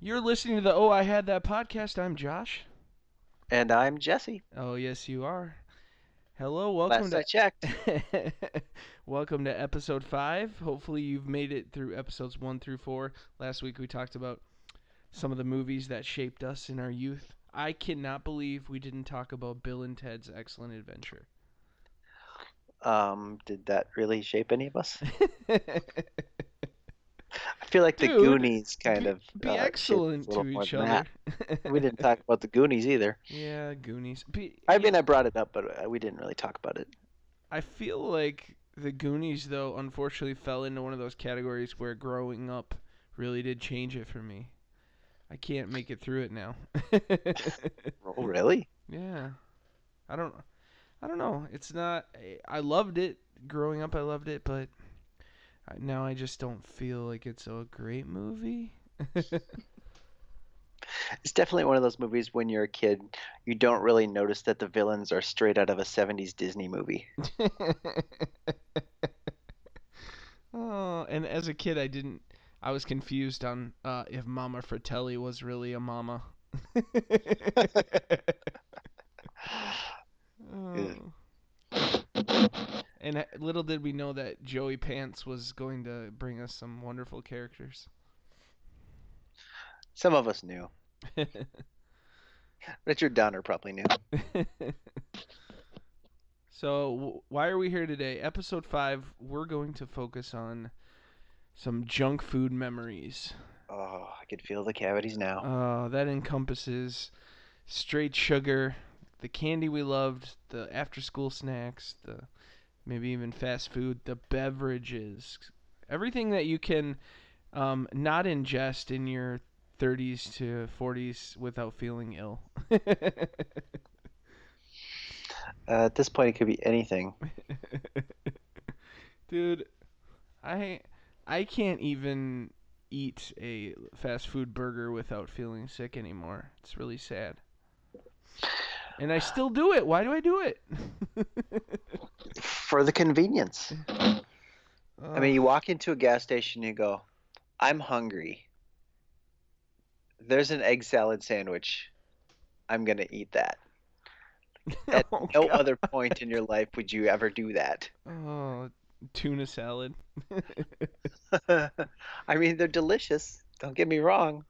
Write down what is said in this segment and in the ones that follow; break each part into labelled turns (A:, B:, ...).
A: You're listening to the Oh I Had That podcast. I'm Josh.
B: And I'm Jesse.
A: Oh yes, you are. Hello,
B: Last
A: welcome
B: I checked.
A: to welcome to episode five. Hopefully, you've made it through episodes one through four. Last week we talked about some of the movies that shaped us in our youth. I cannot believe we didn't talk about Bill and Ted's Excellent Adventure.
B: Um, did that really shape any of us? I feel like the
A: Dude,
B: Goonies kind
A: be,
B: of
A: be
B: uh, shaped us
A: excellent
B: a little
A: to
B: more
A: each
B: than
A: other.
B: that. we didn't talk about the Goonies either.
A: Yeah, Goonies. Be,
B: I mean, I brought it up, but uh, we didn't really talk about it.
A: I feel like the Goonies, though, unfortunately fell into one of those categories where growing up really did change it for me. I can't make it through it now.
B: Oh, really?
A: yeah, I don't, I don't know. It's not. I- I loved it growing up. I loved it, but I- now I just don't feel like it's a great movie.
B: It's definitely one of those movies when you're a kid, you don't really notice that the villains are straight out of a 70s Disney movie.
A: oh, and as a kid, I didn't. I was confused on uh, if Mama Fratelli was really a mama. Oh. And I- little did we know that Joey Pants was going to bring us some wonderful characters.
B: Some of us knew. Richard Donner probably knew.
A: so, w- why are we here today? Episode 5, we're going to focus on some junk food memories.
B: Oh, I could feel the cavities now.
A: Uh, that encompasses straight sugar, the candy we loved, the after school snacks, the maybe even fast food, the beverages, everything that you can um, not ingest in your 30s to 40s without feeling ill.
B: Uh, at this point, it could be anything.
A: Dude, I I can't even eat a fast food burger without feeling sick anymore. It's really sad. And I still do it. Why do I do it?
B: For the convenience. I mean, you walk into a gas station, you go, I'm hungry. There's an egg salad sandwich. I'm going to eat that.
A: Ugh.
B: at
A: oh,
B: No
A: God.
B: other point in your life would you ever do that.
A: Oh, tuna salad.
B: I mean, they're delicious. Don't get me wrong.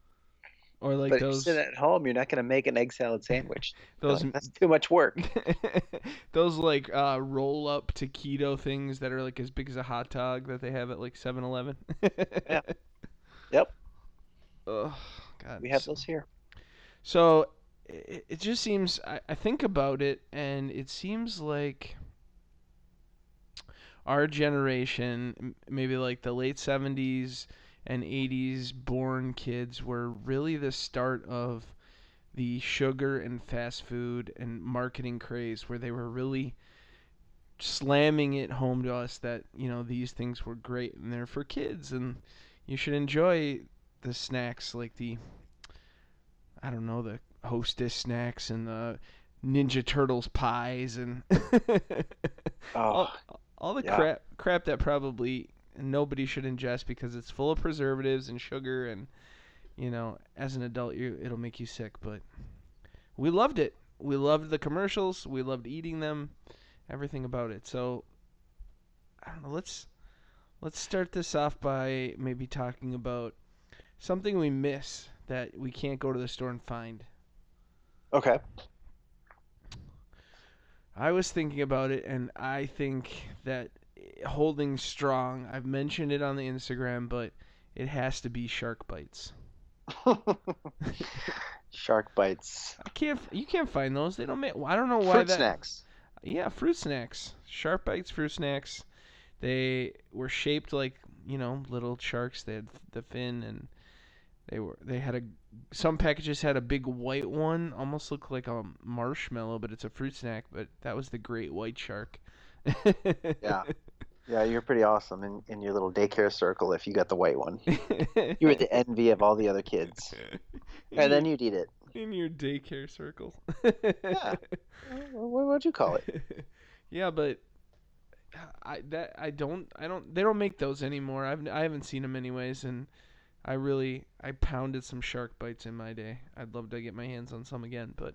A: Or like
B: but
A: those
B: if you're sitting at home, you're not going to make an egg salad sandwich.
A: those
B: That's too much work.
A: those like uh, roll up taquito things that are like as big as a hot dog that they have at like 7-Eleven. yeah.
B: Yep.
A: Oh god.
B: We have
A: so-
B: those here.
A: So it, it just seems I, I think about it and it seems like our generation m- maybe like the late 70s and 80s born kids were really the start of the sugar and fast food and marketing craze where they were really slamming it home to us that you know these things were great and they're for kids and you should enjoy the snacks like the I don't know, the hostess snacks and the Ninja Turtles pies and
B: Oh,
A: all, all the
B: yeah.
A: crap crap that probably nobody should ingest because it's full of preservatives and sugar and you know, as an adult you it'll make you sick, but we loved it. We loved the commercials, we loved eating them, everything about it. So I don't know, let's let's start this off by maybe talking about something we miss that we can't go to the store and find. Oh.
B: okay.
A: I was thinking about it, and I think that eh, holding strong. I've mentioned it on the Instagram, but it has to be shark bites.
B: Shark bites.
A: I can't. You can't find those. They don't make. I don't know why
B: Fruit
A: that.
B: snacks.
A: Yeah, fruit snacks. Shark bites, fruit snacks. They were shaped like you know little sharks. They had the fin, and they were they had a some packages had a big white one, almost looked like a marshmallow, but it's a fruit snack. But that was the great white shark.
B: Yeah. Yeah, you're pretty awesome in, in your little daycare circle if you got the white one. You were the envy of all the other kids. And then you'd eat it.
A: in your daycare circle.
B: Yeah. What would you call it?
A: yeah, but I that I don't I don't they don't make those anymore. I've I haven't seen them anyways, and I really I pounded some shark bites in my day. I'd love to get my hands on some again, but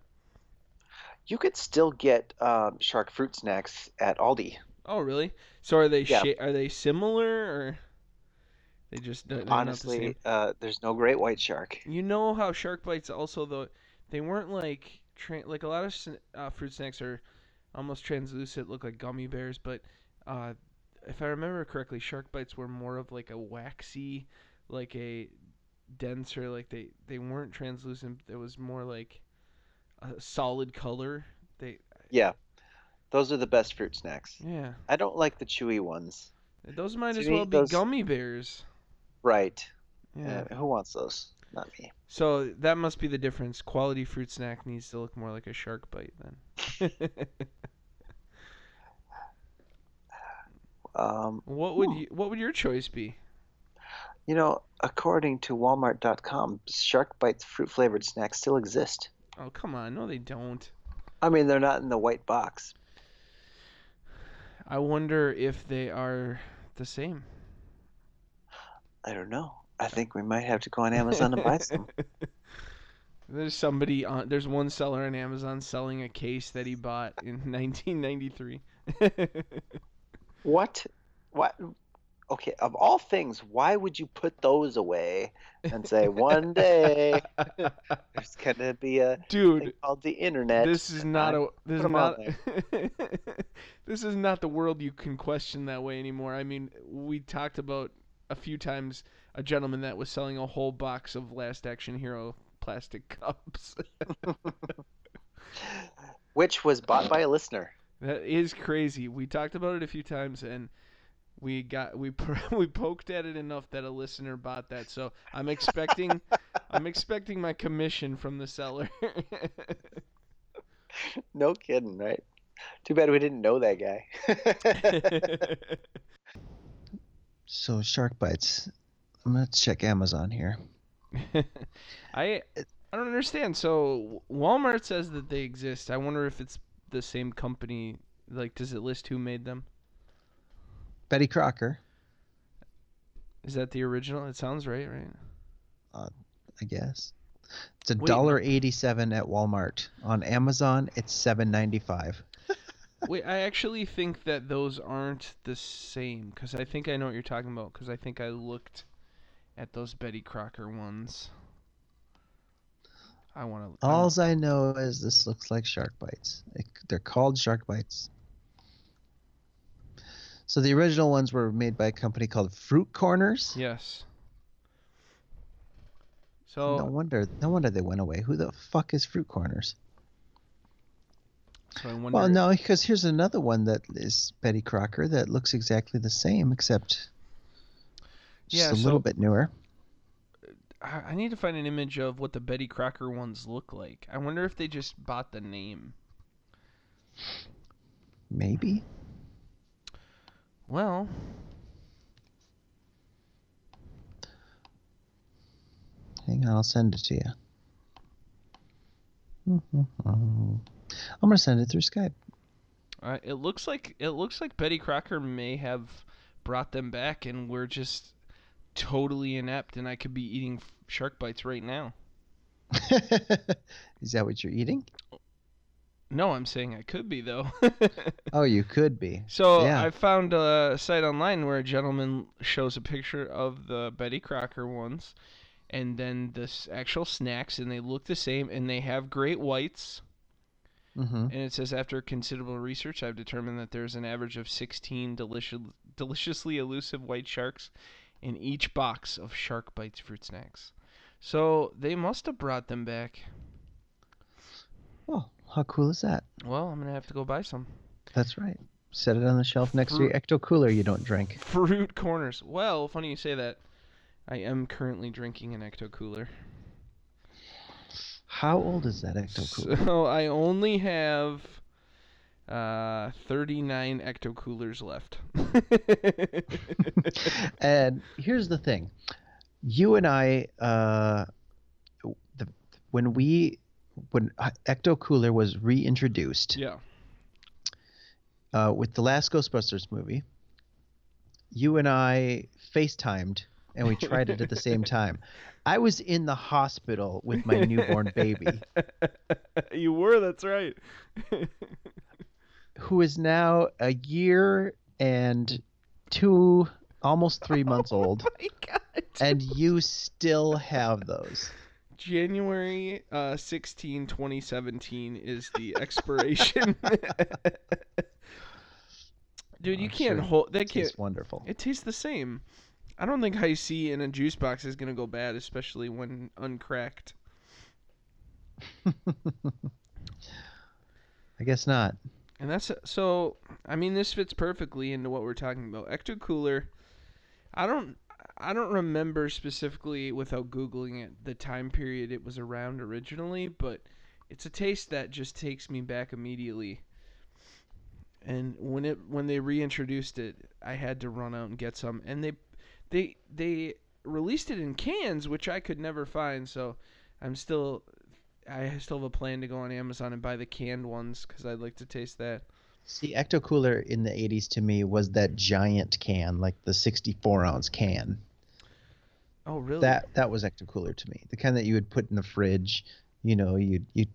C: You could still get um, shark fruit snacks at Aldi.
A: oh really? So are they
C: Yeah.
A: sha- are they similar or they just they're- they're not the same?
C: Honestly, uh, there's no great white shark.
A: You know how shark bites also though they weren't like tra- like a lot of sn- uh, fruit snacks are almost translucent, look like gummy bears, but uh, if I remember correctly, shark bites were more of like a waxy, like a denser, like they they weren't translucent. It was more like a solid color. They
C: Yeah, those are the best fruit snacks.
A: yeah,
C: I don't like the chewy ones.
A: those might
C: To
A: as
C: me,
A: well be
C: those-
A: gummy bears.
C: Right.
A: yeah.
C: Uh, who wants those? Not me.
A: So that must be the difference. Quality fruit snack needs to look more like a shark bite then.
C: Um,
A: what would
C: Hmm.
A: you, what would your choice be?
C: you know, according to Walmart.com, shark bites fruit flavored snacks still exist.
A: Oh come on, no they don't.
C: I mean, they're not in the white box.
A: I wonder if they are the same.
C: I don't know. I think we might have to go on Amazon and buy some.
A: There's somebody on. There's one seller on Amazon selling a case that he bought in 1993.
C: What? What? Okay, of all things, why would you put those away and say one day there's gonna be a
A: Dude,
C: thing called the internet?
A: this is not a this is
C: put 'em
A: not
C: on
A: this is not the world you can question that way anymore. I mean, we talked about a few times a gentleman that was selling a whole box of Last Action Hero plastic cups.
C: Which was bought by a listener.
A: that is crazy. We talked about it a few times and we got we pro- we poked at it enough that a listener bought that. So, I'm expecting I'm expecting my commission from the seller.
C: No kidding, right? Too bad we didn't know that guy. so shark bites. I'm gonna check Amazon here.
A: I I don't understand. So Walmart says that they exist. I wonder if it's the same company. Like, does it list who made them?
C: Betty Crocker,
A: Is that the original? It sounds right, right?
C: I guess. It's a
A: Wait.
C: dollar eighty-seven at Walmart. On Amazon, it's seven ninety-five.
A: Wait, I actually think that those aren't the same because I think I know what you're talking about because I think I looked at those Betty Crocker ones. I want to.
B: Alls I know is this looks like shark bites. It, they're called shark bites. So the original ones were made by a company called Fruit Corners.
A: Yes. So
B: No wonder, no wonder they went away. Who the fuck is Fruit Corners?
A: so I wonder.
B: Well, no, because here's another one that is Betty Crocker that looks exactly the same except just
A: Yeah,
B: a
A: so-
B: little bit newer.
A: I I need to find an image of what the Betty Crocker ones look like. I wonder if they just bought the name.
B: Maybe.
A: Well,
B: Hang on, I'll send it to you. I'm gonna send it through Skype.
A: uh, it looks like it looks like Betty Crocker may have brought them back, and we're just totally inept. And I could be eating f- shark bites right now.
B: is that what you're eating?
A: No, I'm saying I could be though.
B: Oh, you could be.
A: so
B: Yeah.
A: I found a site online where a gentleman shows a picture of the Betty Crocker ones, and then the s- actual snacks, and they look the same, and they have great whites.
B: hmm
A: And it says after considerable research, I've determined that there's an average of 16 delicious, deliciously elusive white sharks in each box of Shark Bites fruit snacks. So they must have brought them back.
B: Oh, how cool is that?
A: Well, I'm gonna have to go buy some
B: That's right. Set it on the shelf next to your Ecto Cooler you don't drink.
A: fruit corners. Well, funny you say that. I am currently drinking an ecto cooler.
B: How old is that Ecto Cooler?
A: So I only have uh 39 ecto coolers left.
B: and here's the thing you and I, uh, the, when we, when uh, Ecto Cooler was reintroduced
A: yeah.
B: uh, with the last Ghostbusters movie, you and I FaceTimed and we tried it at the same time. I was in the hospital with my newborn baby,
A: you were. That's right.
B: who is now a year and two, almost three months old,
A: My God.
B: and you still have those.
A: January uh, 16, 2017 is the expiration. Dude, you
B: I'm
A: can't
B: sure
A: hold. That
B: It's
A: can't.
B: wonderful.
A: It tastes the same. I don't think high C in a juice box is gonna go bad, especially when uncracked.
B: I guess not.
A: And that's so. I mean, this fits perfectly into what we're talking about. Ecto Cooler. I don't. I don't remember specifically without googling it the time period it was around originally, but it's a taste that just takes me back immediately. And when it when they reintroduced it, I had to run out and get some. And they they they released it in cans, which I could never find. So I'm still I still have a plan to go on Amazon and buy the canned ones because I'd like to taste that.
B: See, Ecto Cooler in the 80s to me was that giant can, like the 64 ounce can.
A: Oh, really?
B: That that was Ecto Cooler to me. The kind that you would put in the fridge. You know, you'd, you'd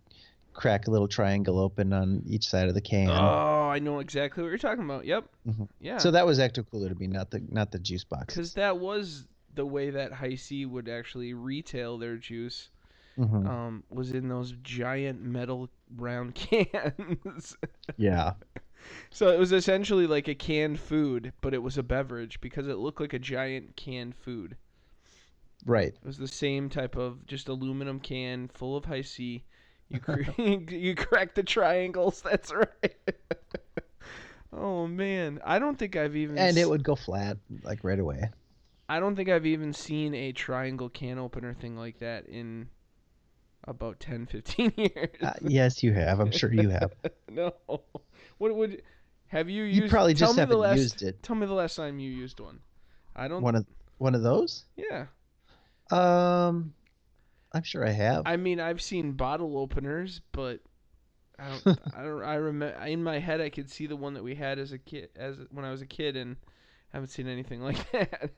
B: crack a little triangle open on each side of the can.
A: Oh, I know exactly what you're talking about. Yep.
B: Mhm.
A: Yeah.
B: So that was Ecto Cooler to me, not the not the juice box.
A: because that was the way that High C would actually retail their juice.
B: Mhm.
A: Um, was in those giant metal round cans.
B: Yeah.
A: so it was essentially like a canned food, but it was a beverage because it looked like a giant canned food.
B: Right.
A: It was the same type of just aluminum can full of high C. You cr- you crack the triangles. That's right. oh man, I don't think I've even s-
B: And it would go flat like right away.
A: I don't think I've even seen a triangle can opener thing like that in about 10, 15 years.
B: Uh, yes, you have. I'm sure you have.
A: no. What would have you
B: You
A: used?
B: probably
A: tell
B: just
A: me the
B: haven't
A: last, um,
B: used it.
A: Tell me the last time you used one. I don't.
B: One of one of those?
A: Yeah.
B: Um, I'm sure I have.
A: I mean, I've seen bottle openers, but I don't. I don't. I remember in my head, I could see the one that we had as a kid, as when I was a kid, and I haven't seen anything like that.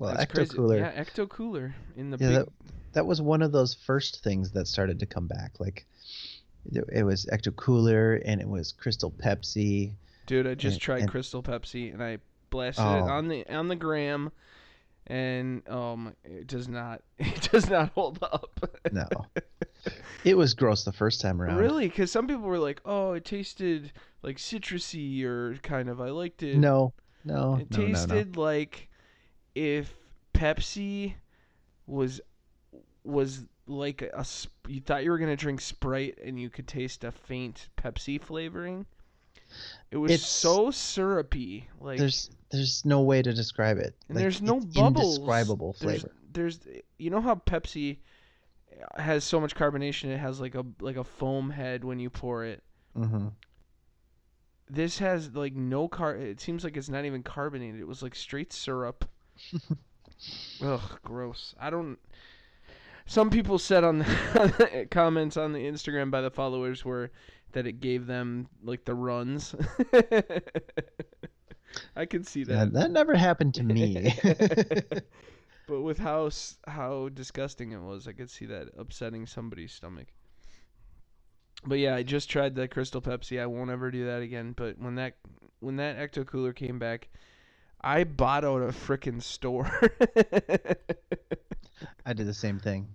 B: well,
A: That's
B: Ecto
A: crazy.
B: Cooler.
A: Yeah, ecto cooler in the
B: Yeah,
A: big.
B: that- That was one of those first things that started to come back. Like, it it was Ecto Cooler and it was Crystal Pepsi.
A: Dude, I just
B: And-
A: tried
B: and-
A: Crystal Pepsi and I blasted it
B: Oh.
A: on the on the gram, and um, it does not it does not hold up.
B: No, it was gross the first time around.
A: really? Because some people were like, "Oh, it tasted like citrusy or kind of." I liked it.
B: No, no,
A: it
B: no, no, no.
A: tasted like if Pepsi was was like a sp- you thought you were gonna drink Sprite and you could taste a faint Pepsi flavoring. It was
B: It's-
A: so syrupy. Like
B: There's there's no way to describe it.
A: And
B: Like,
A: there's no
B: it's
A: bubbles.
B: Indescribable
A: There's-
B: flavor.
A: There's, you know how Pepsi has so much carbonation it has like a like a foam head when you pour it.
B: hmm
A: This has like no car. It seems like it's not even carbonated. It was like straight syrup. Ugh, gross. I don't. Some people said on the comments on the Instagram by the followers were that it gave them like the runs. I could see that.
B: Yeah, that never happened to me.
A: but with how s- how disgusting it was, I could see that upsetting somebody's stomach. But yeah, I just tried the Crystal Pepsi. I won't ever do that again. But when that when that Ecto Cooler came back, I bought out a frickin' store.
B: I did the same thing.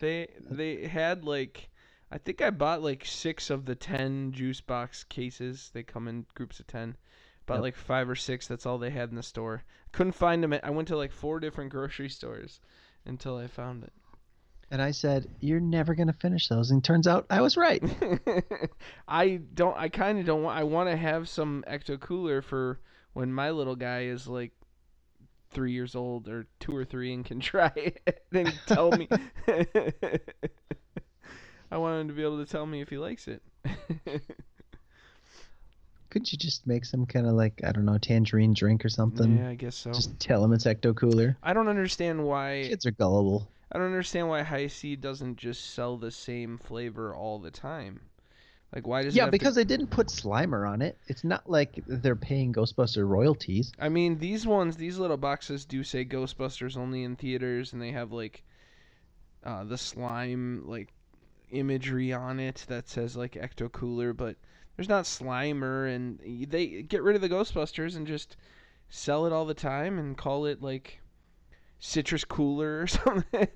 A: they they had like I think I bought like six of the ten juice box cases. They come in groups of ten. Bought
B: Yep.
A: like five or six. That's all they had in the store. Couldn't find them. At, I went to like four different grocery stores until I found it.
B: And I said, "You're never gonna finish those." And turns out I was right.
A: I don't. I kind of don't want. I want to have some ecto cooler for when my little guy is like three years old or two or three and can try it and tell me. I want him to be able to tell me if he likes it.
B: Couldn't you just make some kind of like I don't know tangerine drink or something?
A: yeah, I guess so.
B: Just tell them it's Ecto Cooler.
A: I don't understand why.
B: Kids are gullible.
A: I don't understand why High C doesn't just sell the same flavor all the time. Like why does it
B: yeah,
A: have to-
B: because they didn't put Slimer on it. It's not like they're paying Ghostbuster royalties.
A: I mean, these ones, these little boxes do say Ghostbusters only in theaters, and they have like uh, the slime like imagery on it that says like Ecto Cooler, but there's not Slimer, and they get rid of the Ghostbusters and just sell it all the time and call it like Citrus Cooler or something.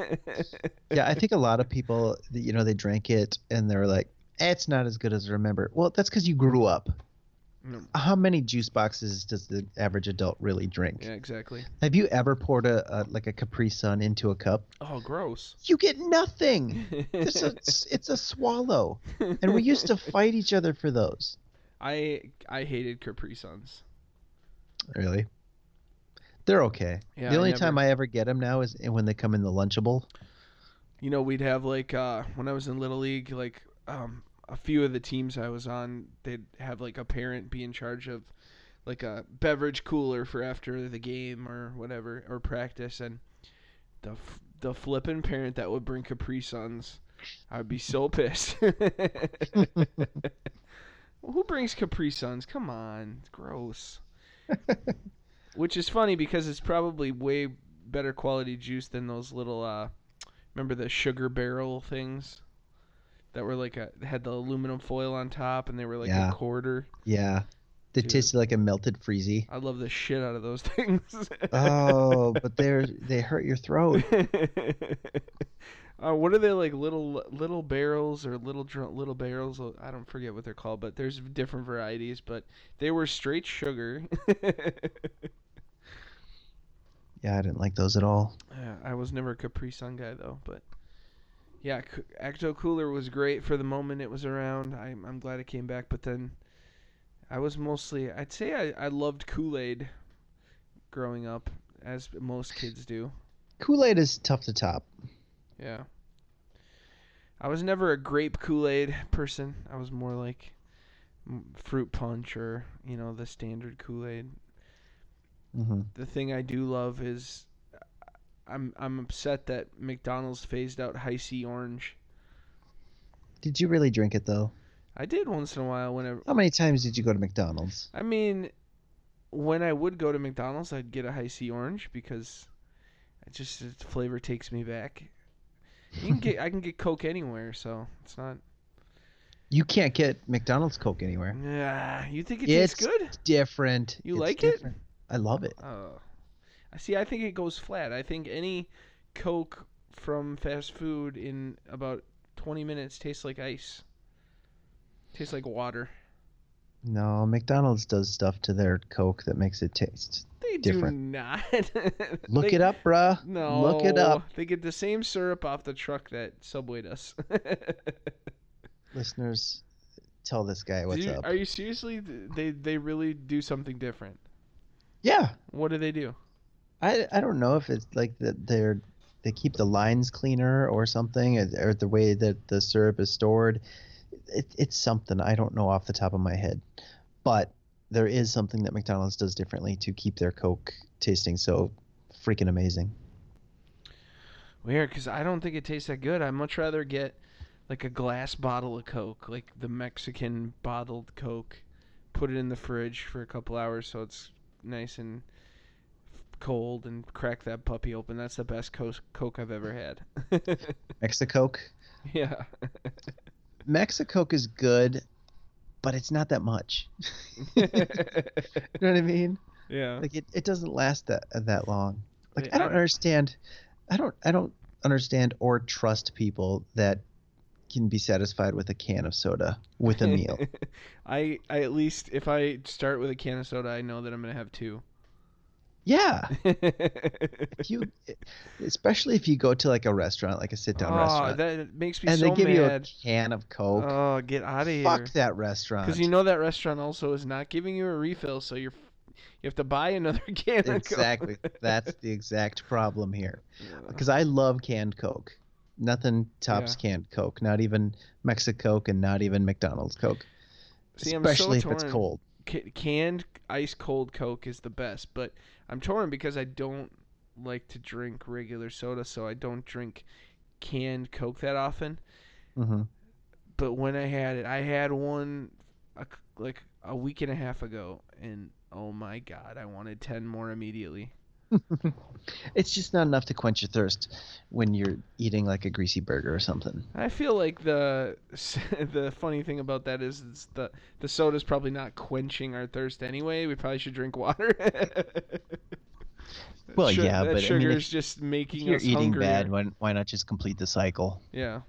B: Yeah, I think a lot of people, you know, they drank it and they're like, "Eh, "It's not as good as I remember." Well, that's because you grew up.
A: Mm.
B: How many juice boxes does the average adult really drink?
A: yeah, exactly.
B: Have you ever poured a, a like a Capri Sun into a cup?
A: Oh, gross.
B: You get nothing. It's a, it's a swallow. And we used to fight each other for those.
A: I I hated Capri Suns.
B: Really? They're okay.
A: Yeah,
B: the
A: I
B: only
A: never-
B: time I ever get them now is when they come in the Lunchable.
A: you know, we'd have like uh, when I was in little league, like um, a few of the teams I was on, they'd have like a parent be in charge of like a beverage cooler for after the game or whatever or practice, and the f- the flippin' parent that would bring Capri Suns, I'd be so pissed. Who brings Capri Suns? Come on, it's gross. Which is funny because it's probably way better quality juice than those little uh, remember the sugar barrel things that were like a had the aluminum foil on top and they were like
B: Yeah.
A: a quarter.
B: Yeah. They
A: Dude.
B: tasted like a melted freezy.
A: I love the shit out of those things.
B: Oh, but they're they hurt your throat.
A: uh, what are they like little little barrels or little dr- little barrels? I don't forget what they're called, but there's different varieties. But they were straight sugar.
B: Yeah, I didn't like those at all.
A: Yeah, I was never a Capri Sun guy though, but yeah, C- Ecto Cooler was great for the moment it was around. I, I'm glad it came back, but then I was mostly I'd say I, I loved Kool Aid growing up, as most kids do.
B: Kool Aid is tough to top.
A: Yeah, I was never a grape Kool Aid person. I was more like mm, fruit punch or you know the standard Kool Aid.
B: hmm
A: the thing I do love is I'm I'm upset that McDonald's phased out high C orange.
B: Did you really drink it though?
A: I did once in a while whenever
B: How many times did you go to McDonald's?
A: I mean when I would go to McDonald's I'd get a high C orange because it just the flavor takes me back. You can get I can get Coke anywhere, so it's not
B: You can't get McDonald's Coke anywhere.
A: Yeah, you think it tastes
B: It's-
A: good?
B: Different.
A: You
B: It's
A: like it?
B: different. I love it.
A: Oh. I see I think it goes flat. I think any Coke from fast food in about 20 minutes tastes like ice. Tastes like water.
B: No, McDonald's does stuff to their Coke that makes it taste.
A: They
B: Different.
A: do not.
B: Look
A: They-
B: it up, bruh.
A: No.
B: Look it up.
A: They get the same syrup off the truck that Subway does.
B: Listeners, tell this guy what's
A: Do you-
B: up.
A: Are you seriously? They they really do something different.
B: Yeah.
A: What do they do?
B: I, I don't know if it's like that they're they keep the lines cleaner or something or, or the way that the syrup is stored it, it's something i don't know off the top of my head but there is something that mcdonald's does differently to keep their coke tasting so freaking amazing
A: Weird, because I don't think it tastes that good. I'd much rather get like a glass bottle of Coke, like the Mexican bottled Coke. Put it in the fridge for a couple hours so it's nice and cold and crack that puppy open. That's the best co- Coke I've ever had.
B: mexicoke
A: yeah.
B: mexicoke is good but it's not that much you know what i mean
A: yeah.
B: like it, it doesn't last that that long like
A: Yeah,
B: i
A: I
B: don't
A: don't-
B: understand i don't i don't understand or trust people that can be satisfied with a can of soda with a meal
A: I, I at least, if I start with a can of soda, I know that I'm going to have two.
B: yeah if you e, especially if you go to like a restaurant like a sit down
A: oh,
B: restaurant
A: that makes me
B: and
A: so
B: they give you a
A: mad.
B: can of coke
A: oh, get out of here.
B: fuck that restaurant
A: Because you know that restaurant also is not giving you a refill, so you're you have to buy another can. of Coke.
B: exactly that's the exact problem here because i love canned coke nothing tops canned coke not even mexicoke and not even mcdonald's coke
A: See, I'm so
B: especially if it's
A: torn.
B: cold
A: Ca- Canned ice cold Coke is the best, but I'm torn because I don't like to drink regular soda, so I don't drink canned Coke that often.
B: Mm-hmm.
A: but when I had it, I had one a, like a week and a half ago, and oh my god, I wanted ten more immediately.
B: it's just not enough to quench your thirst when you're eating like a greasy burger or something.
A: I feel like the the funny thing about that is it's the the soda's probably not quenching our thirst anyway. We probably should drink water.
B: well,
A: Su- that
B: yeah, but I mean,
A: sugar
B: if
A: is just making
B: if you're
A: us
B: eating
A: hungrier.
B: bad, why, why not just complete the cycle?
A: Yeah,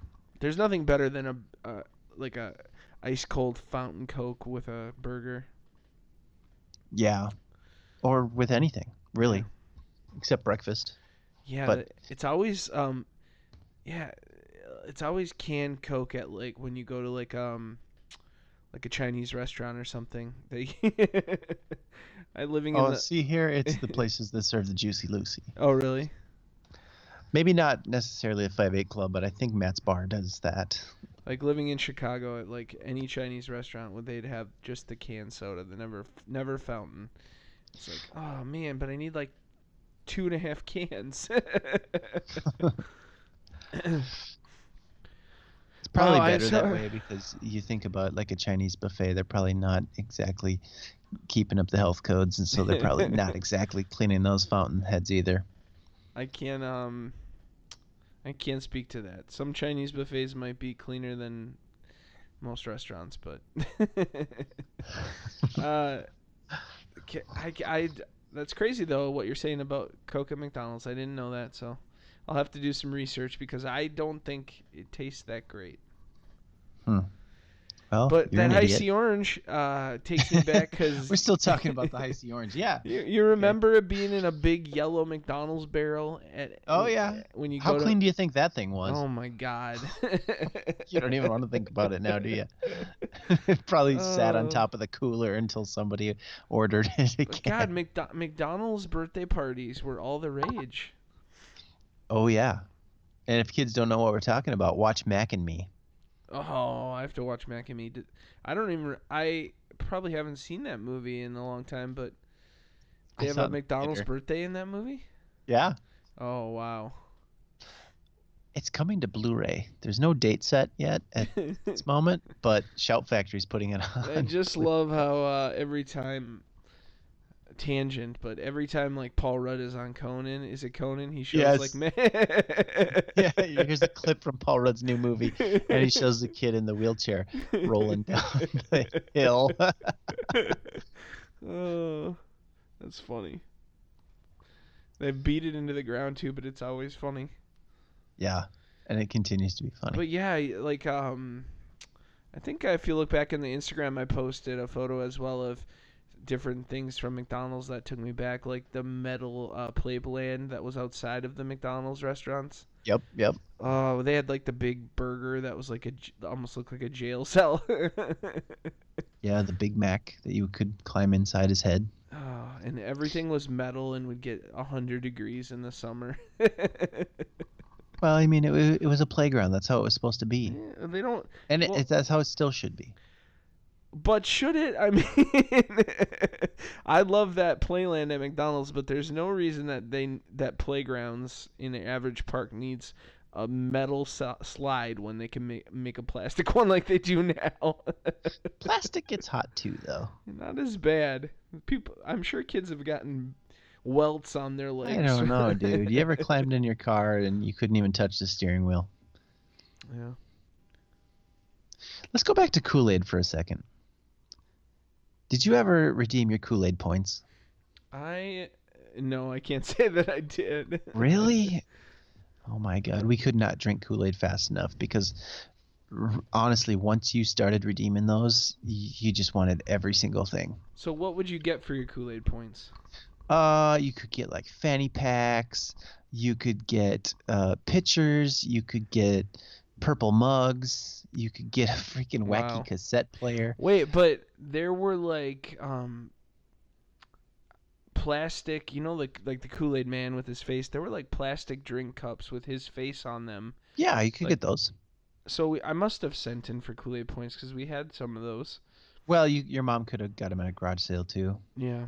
A: there's nothing better than a uh, like a ice cold fountain coke with a burger.
B: Yeah, or with anything really, except breakfast.
A: Yeah,
B: But-
A: the- it's always um, yeah, it's always canned Coke at like when you go to like um, like a Chinese restaurant or something. They, I living in
B: Oh,
A: the.
B: see here, it's the places that serve the Juicy Lucy.
A: Oh really?
B: Maybe not necessarily a five eight club, but I think Matt's Bar does that.
A: Like living in Chicago at like any Chinese restaurant, would they'd have just the canned soda, the never never fountain. It's like, oh man, but I need like two and a half cans.
B: It's probably
A: Oh, I
B: better
A: saw-
B: that way because you think about like a Chinese buffet, they're probably not exactly keeping up the health codes, and so they're probably not exactly cleaning those fountain heads either.
A: I can't um I can't speak to that. Some Chinese buffets might be cleaner than most restaurants, but uh, ca- I, I, that's crazy though what you're saying about Coke at McDonald's. I didn't know that, so I'll have to do some research because I don't think it tastes that great.
B: Well,
A: But
B: Oh, you're
A: that
B: an idiot.
A: icy orange uh, takes me back because
B: We're still talking about the icy orange. Yeah.
A: You, you remember it being in a big yellow McDonald's barrel at
B: Oh, yeah.
A: when you
B: How
A: go to
B: clean do you think that thing was?
A: Oh my god.
B: You don't even want to think about it now, do you? it probably sat
A: Oh.
B: on top of the cooler until somebody ordered it
A: But
B: again.
A: god, McDo- McDonald's birthday parties were all the rage.
B: Oh yeah. And if kids don't know what we're talking about, watch Mac and Me.
A: Oh, I have to watch Mac and Me. Did- I don't even. re- I probably haven't seen that movie in a long time, but
B: I
A: they have
B: saw it
A: a
B: in the
A: McDonald's
B: theater.
A: birthday in that movie.
B: Yeah.
A: Oh wow.
B: It's coming to Blu-ray. There's no date set yet at this moment, but Shout Factory's putting it
A: I
B: on.
A: just love how uh, every time tangent, but every time like Paul Rudd is on Conan, is it Conan? He shows
B: Yes.
A: like man.
B: yeah, here's a clip from Paul Rudd's new movie, and he shows the kid in the wheelchair rolling down the hill.
A: oh, that's funny. They beat it into the ground too, but it's always funny.
B: yeah, and it continues to be funny.
A: But yeah, I- like um, I think if you look back in the Instagram, I posted a photo as well of different things from McDonald's that took me back, like the metal uh, playland that was outside of the McDonald's restaurants.
B: Yep, yep.
A: Oh, they had like the big burger that was like a j- almost looked like a jail cell.
B: Yeah, the Big Mac that you could climb inside his head.
A: Oh, and everything was metal and would get 100 degrees in the summer.
B: Hmm. Well, I mean, it, wa- it was a playground. That's how it was supposed to be,
A: Yeah, they don't.
B: and it,
A: Well-
B: it, that's how it still should be.
A: But should it? I mean, I love that playland at McDonald's, but there's no reason that they that playgrounds in the average park needs a metal so- slide when they can make, make a plastic one like they do now.
B: Plastic gets hot too, though.
A: Not as bad. People, I'm sure kids have gotten welts on their legs.
B: I don't know, dude. You ever climbed in your car and you couldn't even touch the steering wheel?
A: Yeah.
B: Let's go back to Kool Aid for a second. Did you ever redeem your Kool Aid points?
A: I no, I can't say that I did.
B: Really? oh my God, we could not drink Kool Aid fast enough because r- honestly, once you started redeeming those, y- you just wanted every single thing.
A: So what would you get for your Kool Aid points?
B: Uh, you could get like fanny packs. You could get uh, pictures. You could get purple mugs. You could get a freaking wacky
A: Wow.
B: cassette player.
A: Wait, but there were like um plastic, you know, like like the Kool Aid Man with his face. There were like plastic drink cups with his face on them.
B: Yeah, you could
A: Like-
B: get those.
A: So we, I must have sent in for Kool Aid points because we had some of those.
B: Well, you, your mom could have got them at a garage sale too.
A: Yeah.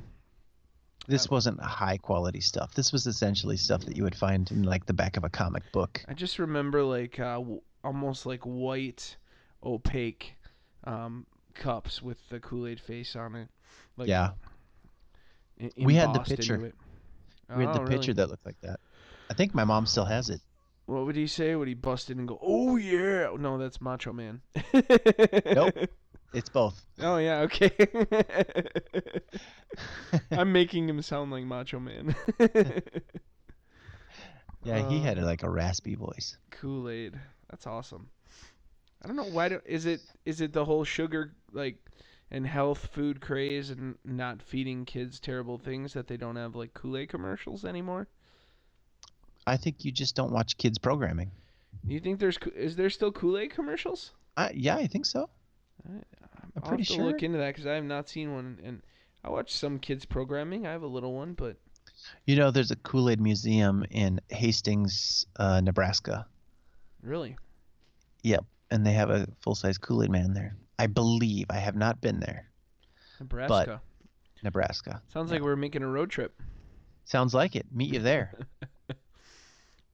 B: This wasn't high quality stuff. This was essentially stuff that you would find in like the back of a comic book.
A: I just remember like uh, w- almost like white opaque um, cups with the Kool Aid face on it. Like,
B: yeah,
A: e-
B: We had the
A: embossed into
B: picture.
A: it.
B: we had the
A: Oh, really?
B: picture that looked like that. I think my mom still has it.
A: What would he say? Would he bust in and go, "Oh yeah"? No, that's Macho Man.
B: Nope. It's both.
A: Oh yeah. Okay. I'm making him sound like Macho Man.
B: Yeah, he
A: Uh,
B: had like a raspy voice.
A: Kool Aid. That's awesome. I don't know why. Do, is it is it the whole sugar like and health food craze and not feeding kids terrible things that they don't have like Kool Aid commercials anymore?
B: I think you just don't watch kids programming.
A: Do you think there's Ko- is there still Kool Aid commercials?
B: I, yeah, I think so.
A: I'm
B: pretty
A: have to look
B: sure.
A: into that because I have not seen one. And I watch some kids programming. I have a little one, but
B: You know, there's a Kool Aid museum in Hastings, uh, Nebraska,
A: really,
B: and they have a full size Kool Aid man there. I believe. I have not been there.
A: Nebraska
B: Nebraska.
A: sounds like we're making a road trip.
B: Sounds like it. Meet you there.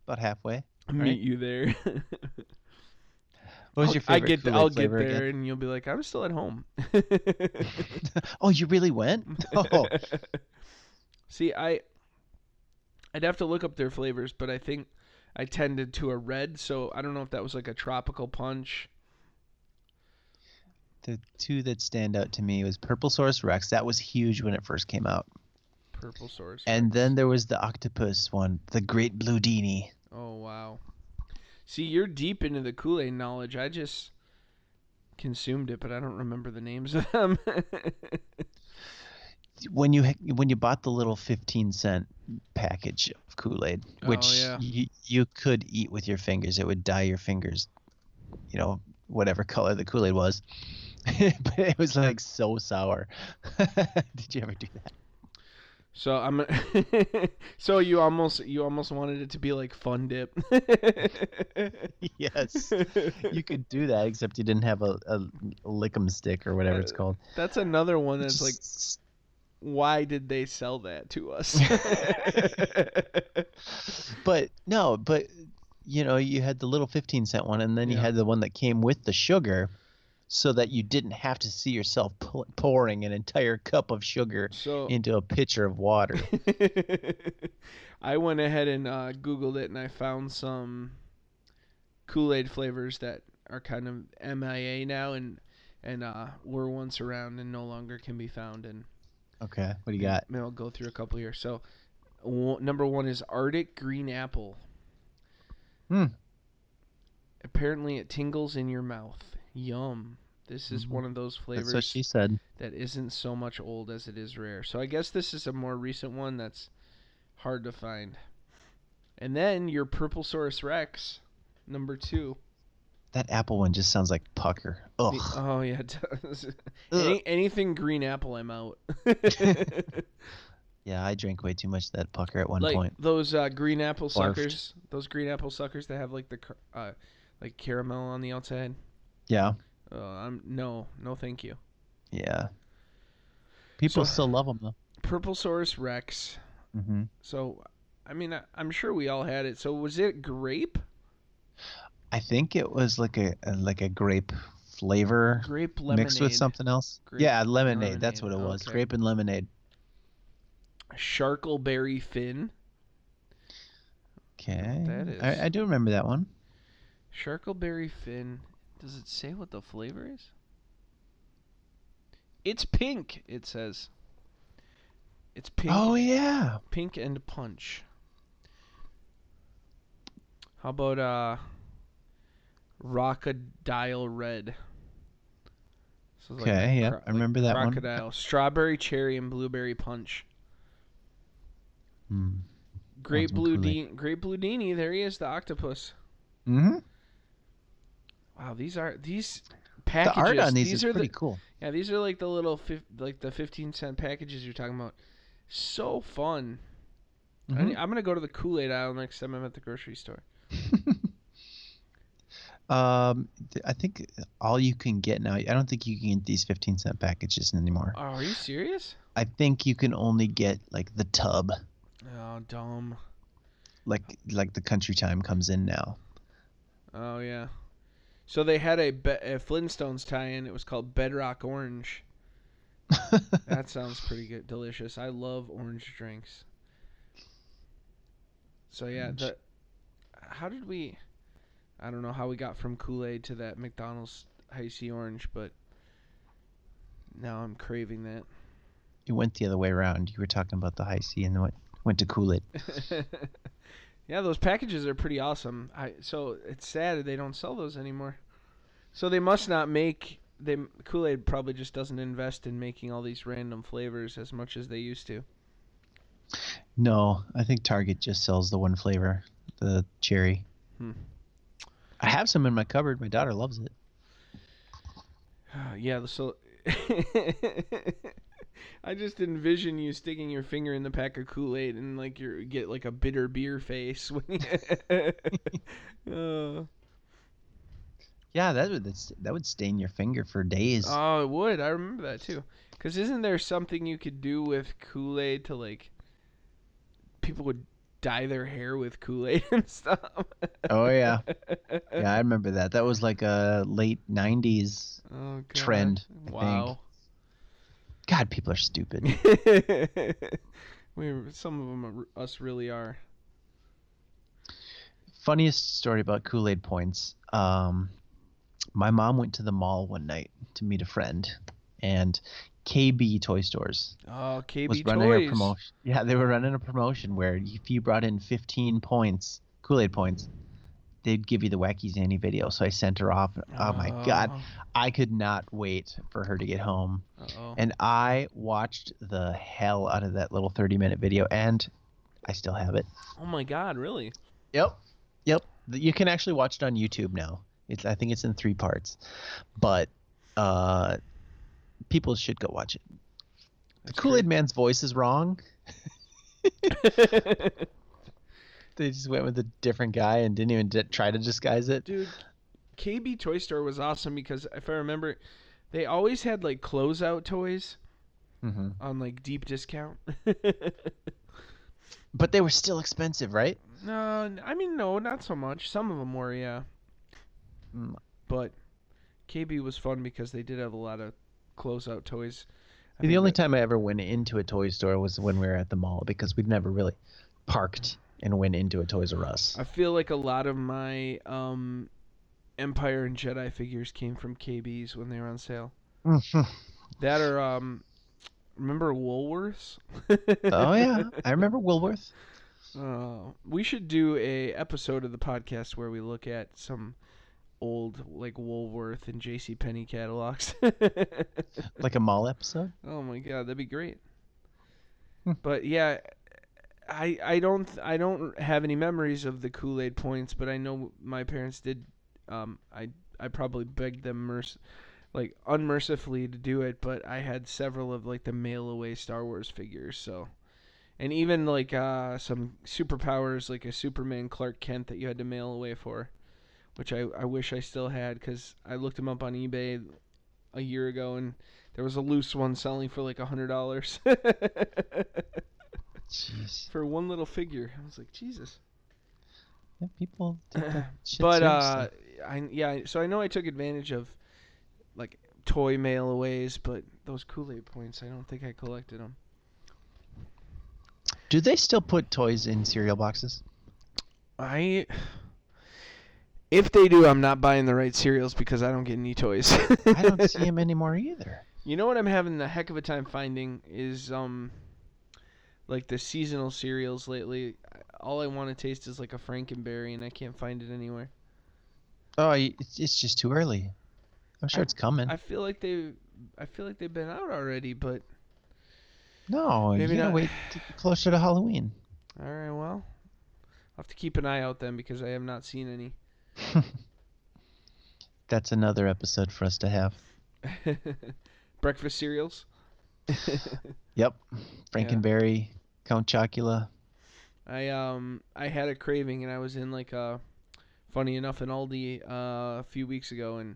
B: About halfway.
A: Meet
B: Right.
A: you there.
B: What was
A: I'll-
B: your
A: I
B: favorite
A: get
B: Kool-Aid
A: I'll get
B: flavor
A: there,
B: again?
A: and you'll be like, I'm still at home.
B: Oh, you really went? Oh,
A: See, I I'd have to look up their flavors, but I think I tended to a red, so I don't know if that was like a tropical punch.
B: the two that stand out to me was Purple Source Rex. That was huge when it first came out.
A: Purple source.
B: And then there was the octopus one, the Great Blue Dini.
A: Oh wow. See, you're deep into the Kool-Aid knowledge. I just consumed it, but I don't remember the names of them.
B: When you ha- when you bought the little 15 cent package of Kool-Aid,
A: Oh,
B: which
A: yeah.
B: you, you could eat with your fingers, it would dye your fingers, you know, whatever color the Kool-Aid was. but it was like so sour. Did you ever do that?
A: so I'm So you almost you almost wanted it to be like fun dip.
B: Yes. you could do that except you didn't have a, a lick'em stick or whatever
A: Uh,
B: it's called.
A: That's another one that's like
B: Just-
A: why did they sell that to us?
B: but no, but you know, you had the little 15 cent one, and then you
A: Yeah.
B: had the one that came with the sugar, so that you didn't have to see yourself pu- pouring an entire cup of sugar
A: so
B: into a pitcher of water.
A: I went ahead and uh, Googled it and I found some Kool Aid flavors that are kind of MIA now and and uh, were once around and no longer can be found. And
B: okay, what do you got?
A: maybe I'll go through a couple here. So w- number one is Arctic Green Apple.
B: Hmm.
A: Apparently, it tingles in your mouth. Yum. This is
B: Mhm.
A: one of those flavors
B: That's what she said.
A: that isn't so much old as it is rare. So I guess this is a more recent one that's hard to find. And then your Purple Saurus Rex, number two.
B: That apple one just sounds like pucker. Ugh.
A: The- oh yeah, it does.
B: Ugh.
A: Any, anything green apple, I'm out.
B: Yeah, I drank way too much of that pucker at one
A: like
B: point.
A: those uh, green apple
B: Barfed.
A: suckers, those green apple suckers that have like the car- uh, like caramel on the outside.
B: Yeah,
A: Uh, I'm no, no, thank you.
B: yeah. People
A: So-
B: still love them though.
A: Purple Saurus Rex.
B: hmm
A: So, I mean, I, I'm sure we all had it. So was it grape?
B: I think it was like a, a like a grape flavor
A: grape lemonade
B: mixed with something else.
A: Grape
B: yeah, lemonade, That's what it
A: lemonade,
B: was.
A: okay.
B: Grape and lemonade.
A: Sharkleberry fin.
B: Okay.
A: that is.
B: I, I do remember that one.
A: Sharkleberry fin. Does it say what the flavor is? It's pink. It says. It's pink.
B: Oh yeah.
A: Pink and punch. How about uh, Rockadile red. So it's like a
B: Okay, yeah,
A: cro-
B: I remember that one.
A: crocodile. Strawberry cherry and blueberry punch.
B: Mm.
A: Great
B: Sounds
A: blue
B: cool.
A: Dini- Great blue Dini. There he is, the octopus.
B: hmm
A: Wow, these are these
B: The
A: packages.
B: art on these, is
A: are
B: pretty
A: the
B: cool.
A: yeah, these are like the little fif- like the fifteen cent packages you're talking about. So fun. I
B: Mhm.
A: need- I'm gonna go to the Kool Aid aisle next time I'm at the grocery store.
B: Mm-hmm. Um, th- I think all you can get now. I don't think you can get these fifteen cent packages anymore.
A: Oh, are you serious?
B: I think you can only get like the tub,
A: Oh, dumb.
B: like like the country time comes in now.
A: Oh yeah. So they had a, Be- a Flintstones tie-in. It was called Bedrock Orange. that sounds pretty good, delicious. I love orange drinks. So yeah, the, how did we? I don't know how we got from Kool Aid to that McDonald's icy orange, but now I'm craving that.
B: It went the other way around. You were talking about the high C and then went went to Kool Aid.
A: yeah, those packages are pretty awesome. I so it's sad they don't sell those anymore. So they must not make they Kool Aid probably just doesn't invest in making all these random flavors as much as they used to.
B: No, I think Target just sells the one flavor, the cherry.
A: Hmm.
B: I have some in my cupboard. My daughter loves it.
A: Uh, yeah, so I just envision you sticking your finger in the pack of Kool Aid and like you get like a bitter beer face when you. uh,
B: Yeah, that would that's- that would stain your finger for days.
A: oh, it would. I remember that too. Cause isn't there something you could do with Kool Aid to like? People would dye their hair with Kool Aid and stuff.
B: oh yeah, yeah, I remember that. That was like a late '90s
A: Oh, God.
B: trend. I think.
A: Wow.
B: God, people are stupid.
A: we some of them are, us really are.
B: Funniest story about Kool Aid points. Um, my mom went to the mall one night to meet a friend, and KB Toy Stores
A: Oh, KB
B: was running a
A: Toys.
B: promotion. Yeah, they were running a promotion where if you brought in 15 points, Kool Aid points, they'd give you the Wacky Zanny video. So I sent her off. Oh my God, I could not wait for her to get home.
A: Uh-oh.
B: And I watched the hell out of that little 30 minute video, and I still have it.
A: Oh my God, really?
B: Yep. Yep. Th- You can actually watch it on YouTube now. It's I think it's in three parts, but uh, people should go watch it. The Kool Aid Man's voice is wrong. They just went with a different guy and didn't even d- try to disguise it.
A: Dude, KB Toy Store was awesome because if I remember, they always had like closeout toys
B: hmm
A: on like deep discount.
B: But they were still expensive, right?
A: no, n- I mean no, not so much. Some of them were, yeah.
B: Mm.
A: But KB was fun because they did have a lot of closeout toys. I
B: the
A: think
B: only
A: that-
B: time I ever went into a toy store was when we were at the mall because we'd never really parked and went into a Toys R Us.
A: I feel like a lot of my um, Empire and Jedi figures came from KB's when they were on sale. That are um, remember Woolworths?
B: oh yeah, I remember Woolworth.
A: Oh, we should do a episode of the podcast where we look at some old like Woolworth and J.C. Penney catalogs.
B: Like a mall episode.
A: oh my god, that'd be great.
B: Hmm.
A: But yeah, I I don't I don't have any memories of the Kool Aid points, but I know my parents did. Um, I I probably begged them merc- like unmercifully to do it, but I had several of like the mail away Star Wars figures, so. And even like uh, some superpowers, like a Superman Clark Kent that you had to mail away for, which I, I wish I still had because I looked him up on eBay a year ago and there was a loose one selling for like a hundred dollars
B: Jeez.
A: for one little figure. I was like, Jesus.
B: Yeah, people. take that shit
A: but uh,
B: seriously.
A: I yeah. I- So I know I took advantage of like toy mailaways, but those Kool Aid points, I don't think I collected them.
B: do they still put toys in cereal boxes?
A: I. If they do, I'm not buying the right cereals because I don't get any toys.
B: I don't see them anymore either.
A: You know what I'm having the heck of a time finding is um like the seasonal cereals lately. All I want to taste is like a Frankenberry and I can't find it anywhere.
B: Oh, y- it's, it's just too early. I'm sure
A: I-
B: it's coming.
A: I feel like they I feel like they've been out already, but
B: no,
A: maybe
B: you gotta
A: not.
B: wait t- closer to Halloween.
A: all right, well. I'll have to keep an eye out then because I have not seen any.
B: That's another episode for us to have.
A: Breakfast cereals?
B: Yep, Frankenberry, Count Chocula.
A: I um I had a craving and I was in like a funny enough in Aldi uh, a few weeks ago and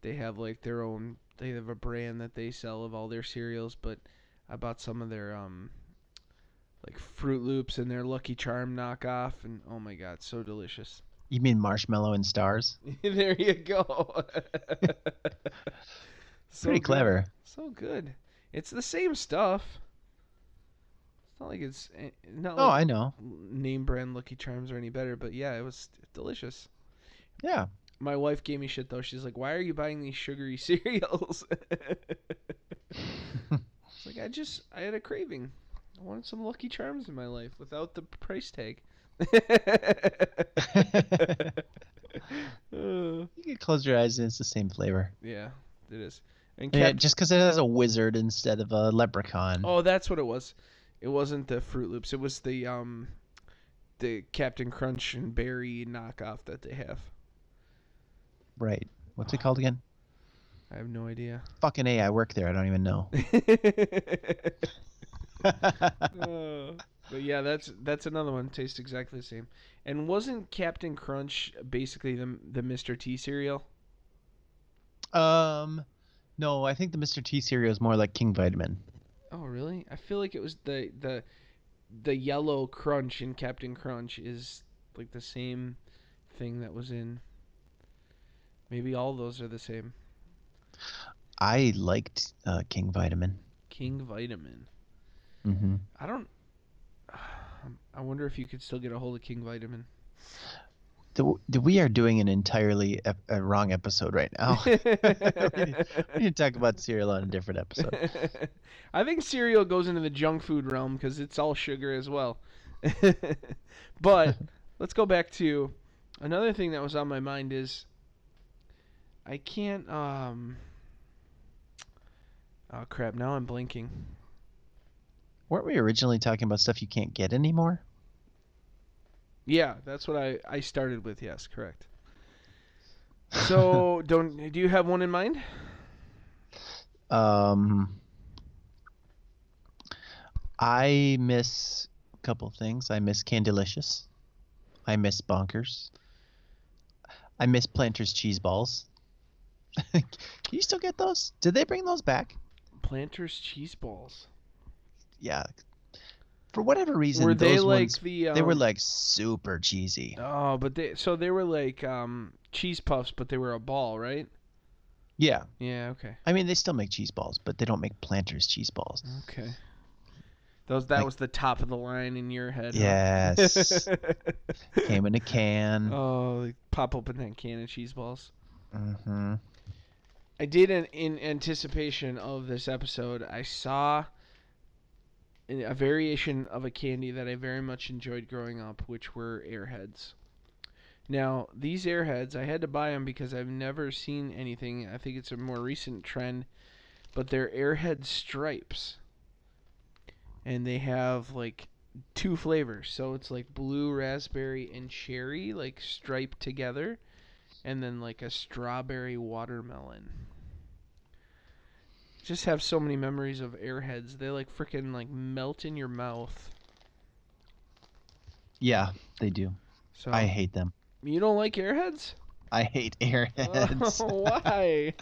A: they have like their own they have a brand that they sell of all their cereals but I bought some of their um like Fruit Loops and their Lucky Charm knockoff and oh my god so delicious
B: You mean marshmallow and stars?
A: there you go. so
B: Pretty
A: good.
B: clever.
A: So good. It's the same stuff. It's not like it's eh, not
B: Oh,
A: like
B: I know.
A: name brand Lucky Charms are any better, but yeah, it was delicious.
B: Yeah.
A: My wife gave me shit though. She's like, "Why are you buying these sugary cereals?" it's like I just I had a craving. I wanted some Lucky Charms in my life without the price tag. Uh,
B: You can close your eyes and it's the same flavor.
A: yeah, it is. And
B: Yeah,
A: Cap-
B: just because it has a wizard instead of a leprechaun.
A: Oh, that's what it was. It wasn't the Fruit Loops. It was the um, the Captain Crunch and Berry knockoff that they have.
B: Right. What's it called again?
A: I have no idea.
B: Fucking A, I work there. I don't even know.
A: Uh, but yeah, that's that's another one. Tastes exactly the same. And wasn't Captain Crunch basically the the Mr. T cereal?
B: um, no, I think the Mr. T cereal is more like King Vitamin.
A: Oh, really? I feel like it was the the the yellow crunch in Captain Crunch is like the same thing that was in. Maybe all those are the same.
B: I liked uh, King Vitamin.
A: King Vitamin.
B: Mm-hmm.
A: I don't. I wonder if you could still get a hold of King Vitamin.
B: The, the, we are doing an entirely ep- a wrong episode right now. we need to talk about cereal on a different episode.
A: I think cereal goes into the junk food realm because it's all sugar as well. but let's go back to another thing that was on my mind is I can't. Um, oh crap! Now I'm blinking.
B: Weren't we originally talking about stuff you can't get anymore?
A: Yeah, that's what I I started with. Yes, correct. So don't do you have one in mind?
B: Um, I miss a couple things. I miss Candelicious. I miss Bonkers. I miss Planters cheese balls. Can you still get those? Did they bring those back?
A: Planters cheese balls.
B: Yeah. For whatever reason,
A: Were they
B: those
A: like
B: ones
A: the? Um,
B: they were like super cheesy.
A: Oh, but they so they were like um cheese puffs, but they were a ball, right?
B: Yeah.
A: Yeah. Okay.
B: I mean, they still make cheese balls, but they don't make Planters cheese balls.
A: Okay. Those that
B: Like-
A: was the top of the line in your head. huh?
B: Yes. Came in a can.
A: oh, like, pop open that can of cheese balls.
B: Mm-hmm.
A: I did an, in anticipation of this episode. I saw a a variation of a candy that I very much enjoyed growing up, which were Airheads. Now, these Airheads, I had to buy them because I've never seen anything. I think it's a more recent trend, but they're Airhead stripes. And they have like two flavors. So it's like blue raspberry and cherry like striped together and then like a strawberry watermelon. Just have so many memories of airheads. They like freaking like melt in your mouth.
B: Yeah, they do.
A: So
B: I hate them.
A: you don't like airheads?
B: I hate airheads.
A: Oh, why?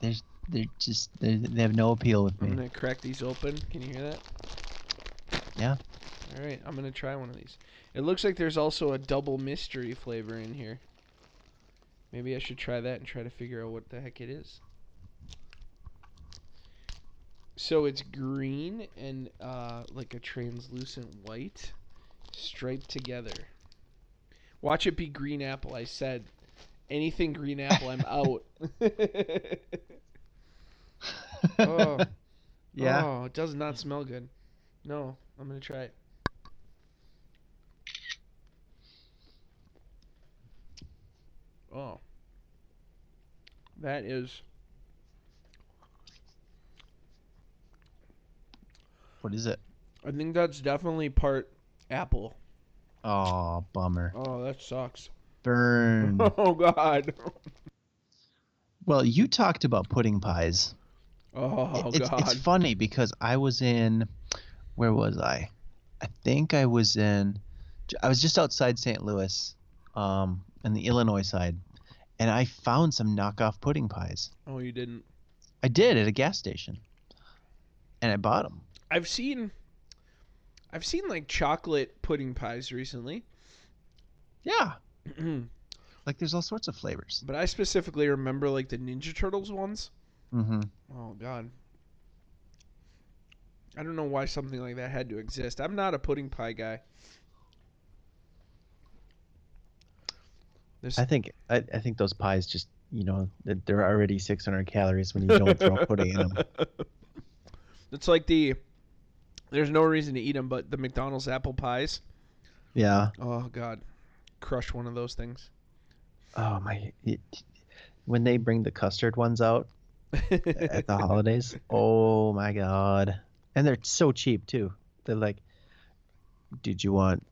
B: they're they're just they they have no appeal with
A: I'm
B: me.
A: gonna crack these open. Can you hear that?
B: Yeah.
A: All right, I'm gonna try one of these. It looks like there's also a double mystery flavor in here. Maybe I should try that and try to figure out what the heck it is. So it's green and uh, like a translucent white, striped together. Watch it be green apple. I said, anything green apple, I'm out. Oh.
B: yeah.
A: Oh, it does not smell good. No, I'm gonna try it. Oh. That is
B: What is it?
A: I think that's definitely part apple.
B: Oh, bummer.
A: Oh, that sucks.
B: Burn.
A: Oh god.
B: well, you talked about pudding pies.
A: Oh
B: It- it's,
A: god.
B: it's funny because I was in where was I? I think I was in I was just outside St. Louis, um, on the Illinois side, and I found some knockoff pudding pies.
A: oh, you didn't.
B: I did at a gas station, and I bought them.
A: I've seen I've seen like chocolate pudding pies recently.
B: Yeah. like there's all sorts of flavors.
A: But I specifically remember like the Ninja Turtles ones.
B: Mm-hmm.
A: Oh god. I don't know why something like that had to exist. I'm not a pudding pie guy. There's
B: I think I, I think those pies just you know that they're already 600 calories when you don't throw pudding in them.
A: It's like the there's no reason to eat them, but the McDonald's apple pies.
B: Yeah.
A: Oh god, crush one of those things.
B: Oh my! It, when they bring the custard ones out at the holidays, oh my god! And they're so cheap too. They're like, "Did you want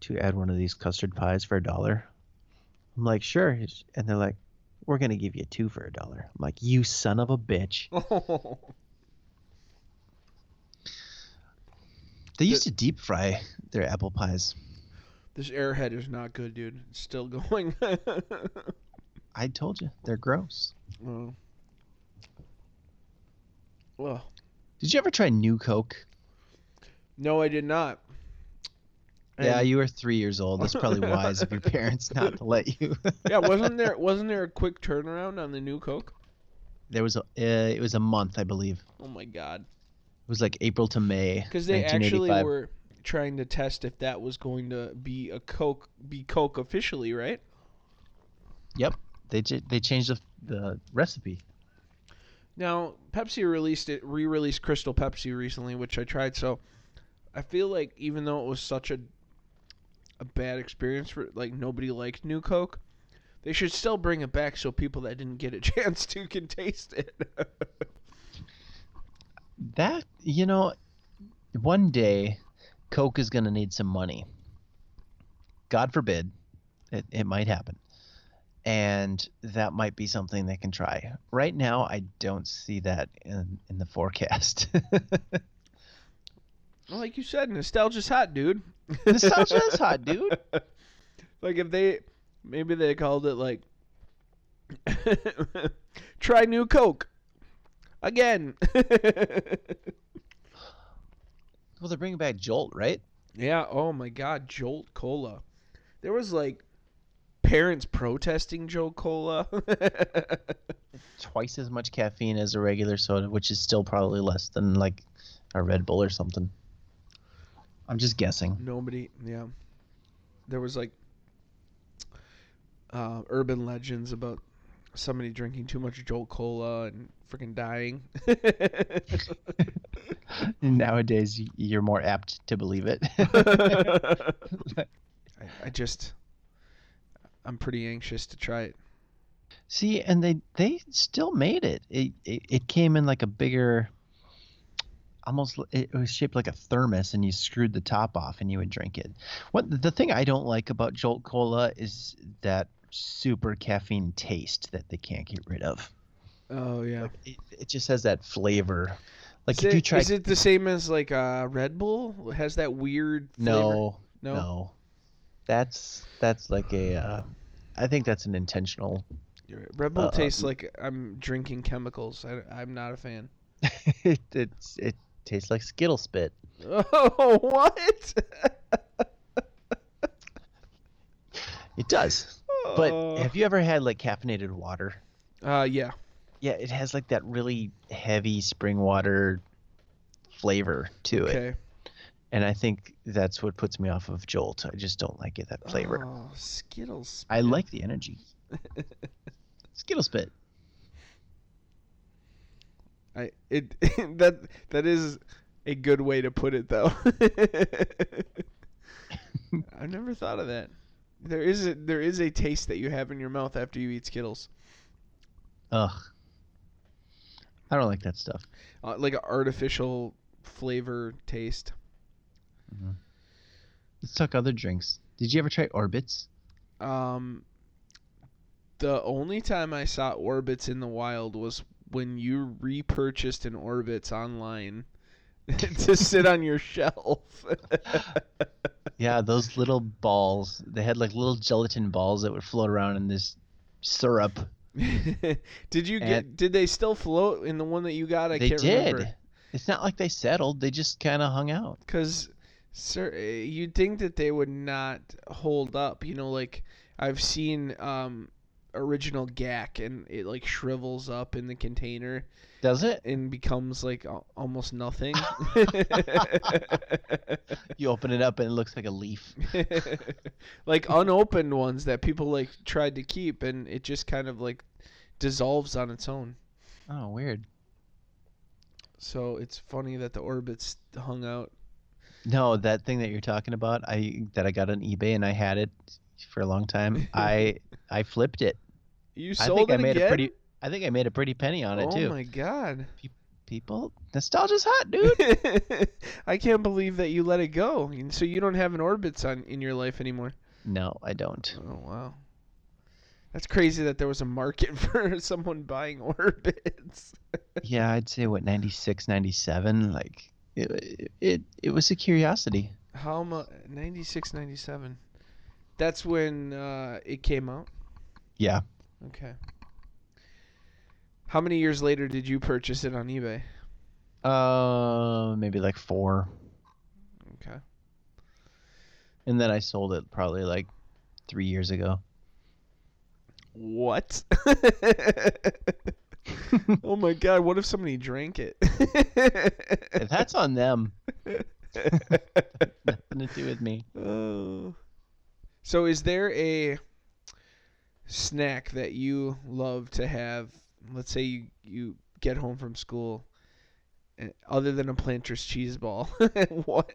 B: to add one of these custard pies for a dollar?" I'm like, "Sure," and they're like, "We're gonna give you two for a dollar." I'm like, "You son of a bitch!"
A: Oh,
B: They used to deep fry their apple pies.
A: this airhead is not good, dude. It's still going.
B: I told you they're gross.
A: oh. Well,
B: Did you ever try New Coke?
A: no, I did not.
B: yeah,
A: And-
B: you were three years old. That's probably wise of your parents not to let you.
A: yeah. Wasn't there wasn't there a quick turnaround on the new Coke?
B: There was a. Uh, it was a month, I believe.
A: Oh my god.
B: It was like April to May.
A: Because they actually
B: 1985.
A: were trying to test if that was going to be a Coke, be Coke officially, right?
B: They j- they changed the, the recipe.
A: Now Pepsi released it, re-released Crystal Pepsi recently, which I tried. So I feel like even though it was such a a bad experience for like nobody liked New Coke, they should still bring it back so people that didn't get a chance to can taste it.
B: That you know, one day, Coke is gonna need some money. God forbid, it it might happen, and that might be something they can try. Right now, I don't see that in in the forecast.
A: Well, like you said, nostalgia's hot, dude.
B: Nostalgia is hot, dude.
A: Like if they maybe they called it like try new Coke again.
B: Well, they're bringing back Jolt, right?
A: yeah. Oh my God, Jolt Cola. There was like parents protesting Jolt Cola.
B: Twice as much caffeine as a regular soda, which is still probably less than like a Red Bull or something. I'm just guessing.
A: Nobody. Yeah. There was like uh, urban legends about somebody drinking too much Jolt Cola and freaking dying.
B: Nowadays, y- you're more apt to believe it.
A: I, I just I'm pretty anxious to try it.
B: See, and they they still made it. It it, it came in like a bigger, almost l- it was shaped like a thermos, and you screwed the top off, and you would drink it. What the thing I don't like about Jolt Cola is that super caffeine taste that they can't get rid of.
A: Oh yeah.
B: It, it just has that flavor. Like
A: Is
B: if you
A: it,
B: try
A: is it the same as like uh, Red Bull? It has that weird flavor?
B: no,
A: No.
B: no, that's that's like a. Uh, I think that's an intentional
A: You're right. Red Bull
B: Uh,
A: tastes like I'm drinking chemicals. I, am not a fan.
B: it, it's it tastes like Skittle spit.
A: Oh what?
B: It does.
A: Oh.
B: But have you ever had like caffeinated water?
A: uh yeah.
B: Yeah, it has like that really heavy spring water flavor to it.
A: Okay.
B: And I think that's what puts me off of Jolt. I just don't like it that flavor.
A: Oh, Skittles.
B: I like the energy. Skittle spit.
A: I it that that is a good way to put it though. I've never thought of that. There is a, there is a taste that you have in your mouth after you eat Skittles,
B: Ugh. I don't like that stuff.
A: uh, like an artificial flavor taste.
B: Let's talk other drinks. Did you ever try Orbits?
A: Um, the only time I saw Orbits in the wild was when you repurchased an Orbits online to sit on your shelf.
B: Yeah, those little balls. They had like little gelatin balls that would float around in this syrup.
A: did you get?
B: And-
A: did they still float in the one that you got? I
B: they
A: can't
B: did.
A: remember.
B: It's not like they settled. They just kind of hung out.
A: Because Sir, eh, you'd think that they would not hold up. You know, like I've seen um, original gack, and it like shrivels up in the container
B: Does it?
A: and becomes like al- almost nothing.
B: You open it up and it looks like a leaf.
A: like unopened ones that people like tried to keep, and it just kind of like dissolves on its own.
B: Oh, weird.
A: So it's funny that the orbits hung out.
B: No, that thing that you're talking about, I that I got on eBay and I had it for a long time. I I flipped it.
A: You
B: I
A: sold
B: think
A: it
B: I made
A: again?
B: a pretty I think I made a pretty penny on it
A: oh
B: too.
A: my god!
B: People, nostalgia's hot, dude.
A: I can't believe that you let it go. And So you don't have an orbits on in your life anymore.
B: no, I don't.
A: Oh wow. That's crazy that there was a market for someone buying orbits.
B: Yeah, I'd say what 96, 97 like it it, it was a curiosity.
A: How much? 96, 97. That's when uh, it came out.
B: Yeah.
A: Okay. How many years later did you purchase it on eBay?
B: Uh maybe like 4
A: Okay.
B: and then I sold it probably like 3 years ago.
A: What? oh my god, what if somebody drank it?
B: That's on them. Nothing to do with me.
A: Oh. So is there a snack that you love to have? Let's say you, you get home from school eh, other than a planter's cheese ball. what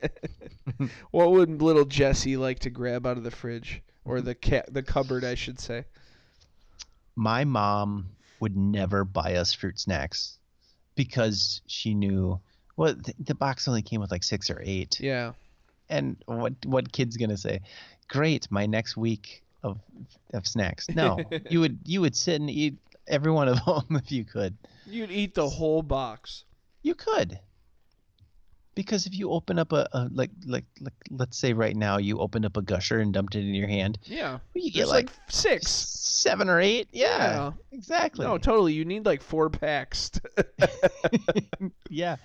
A: what would little Jesse like to grab out of the fridge or the ca- the cupboard I should say?
B: my mom would never buy us fruit snacks because she knew well th- the box only came with like six or eight
A: Yeah.
B: and what what kid's gonna say great my next week of of snacks no you would you would sit and eat every one of them if you could
A: You'd eat the whole box.
B: you could because if you open up a, a like, like like let's say right now you opened up a gusher and dumped it in your hand
A: Yeah.
B: you get
A: There's
B: like,
A: like, 6.
B: seven or eight yeah, exactly
A: No, totally. You need like four packs. to-
B: Yeah.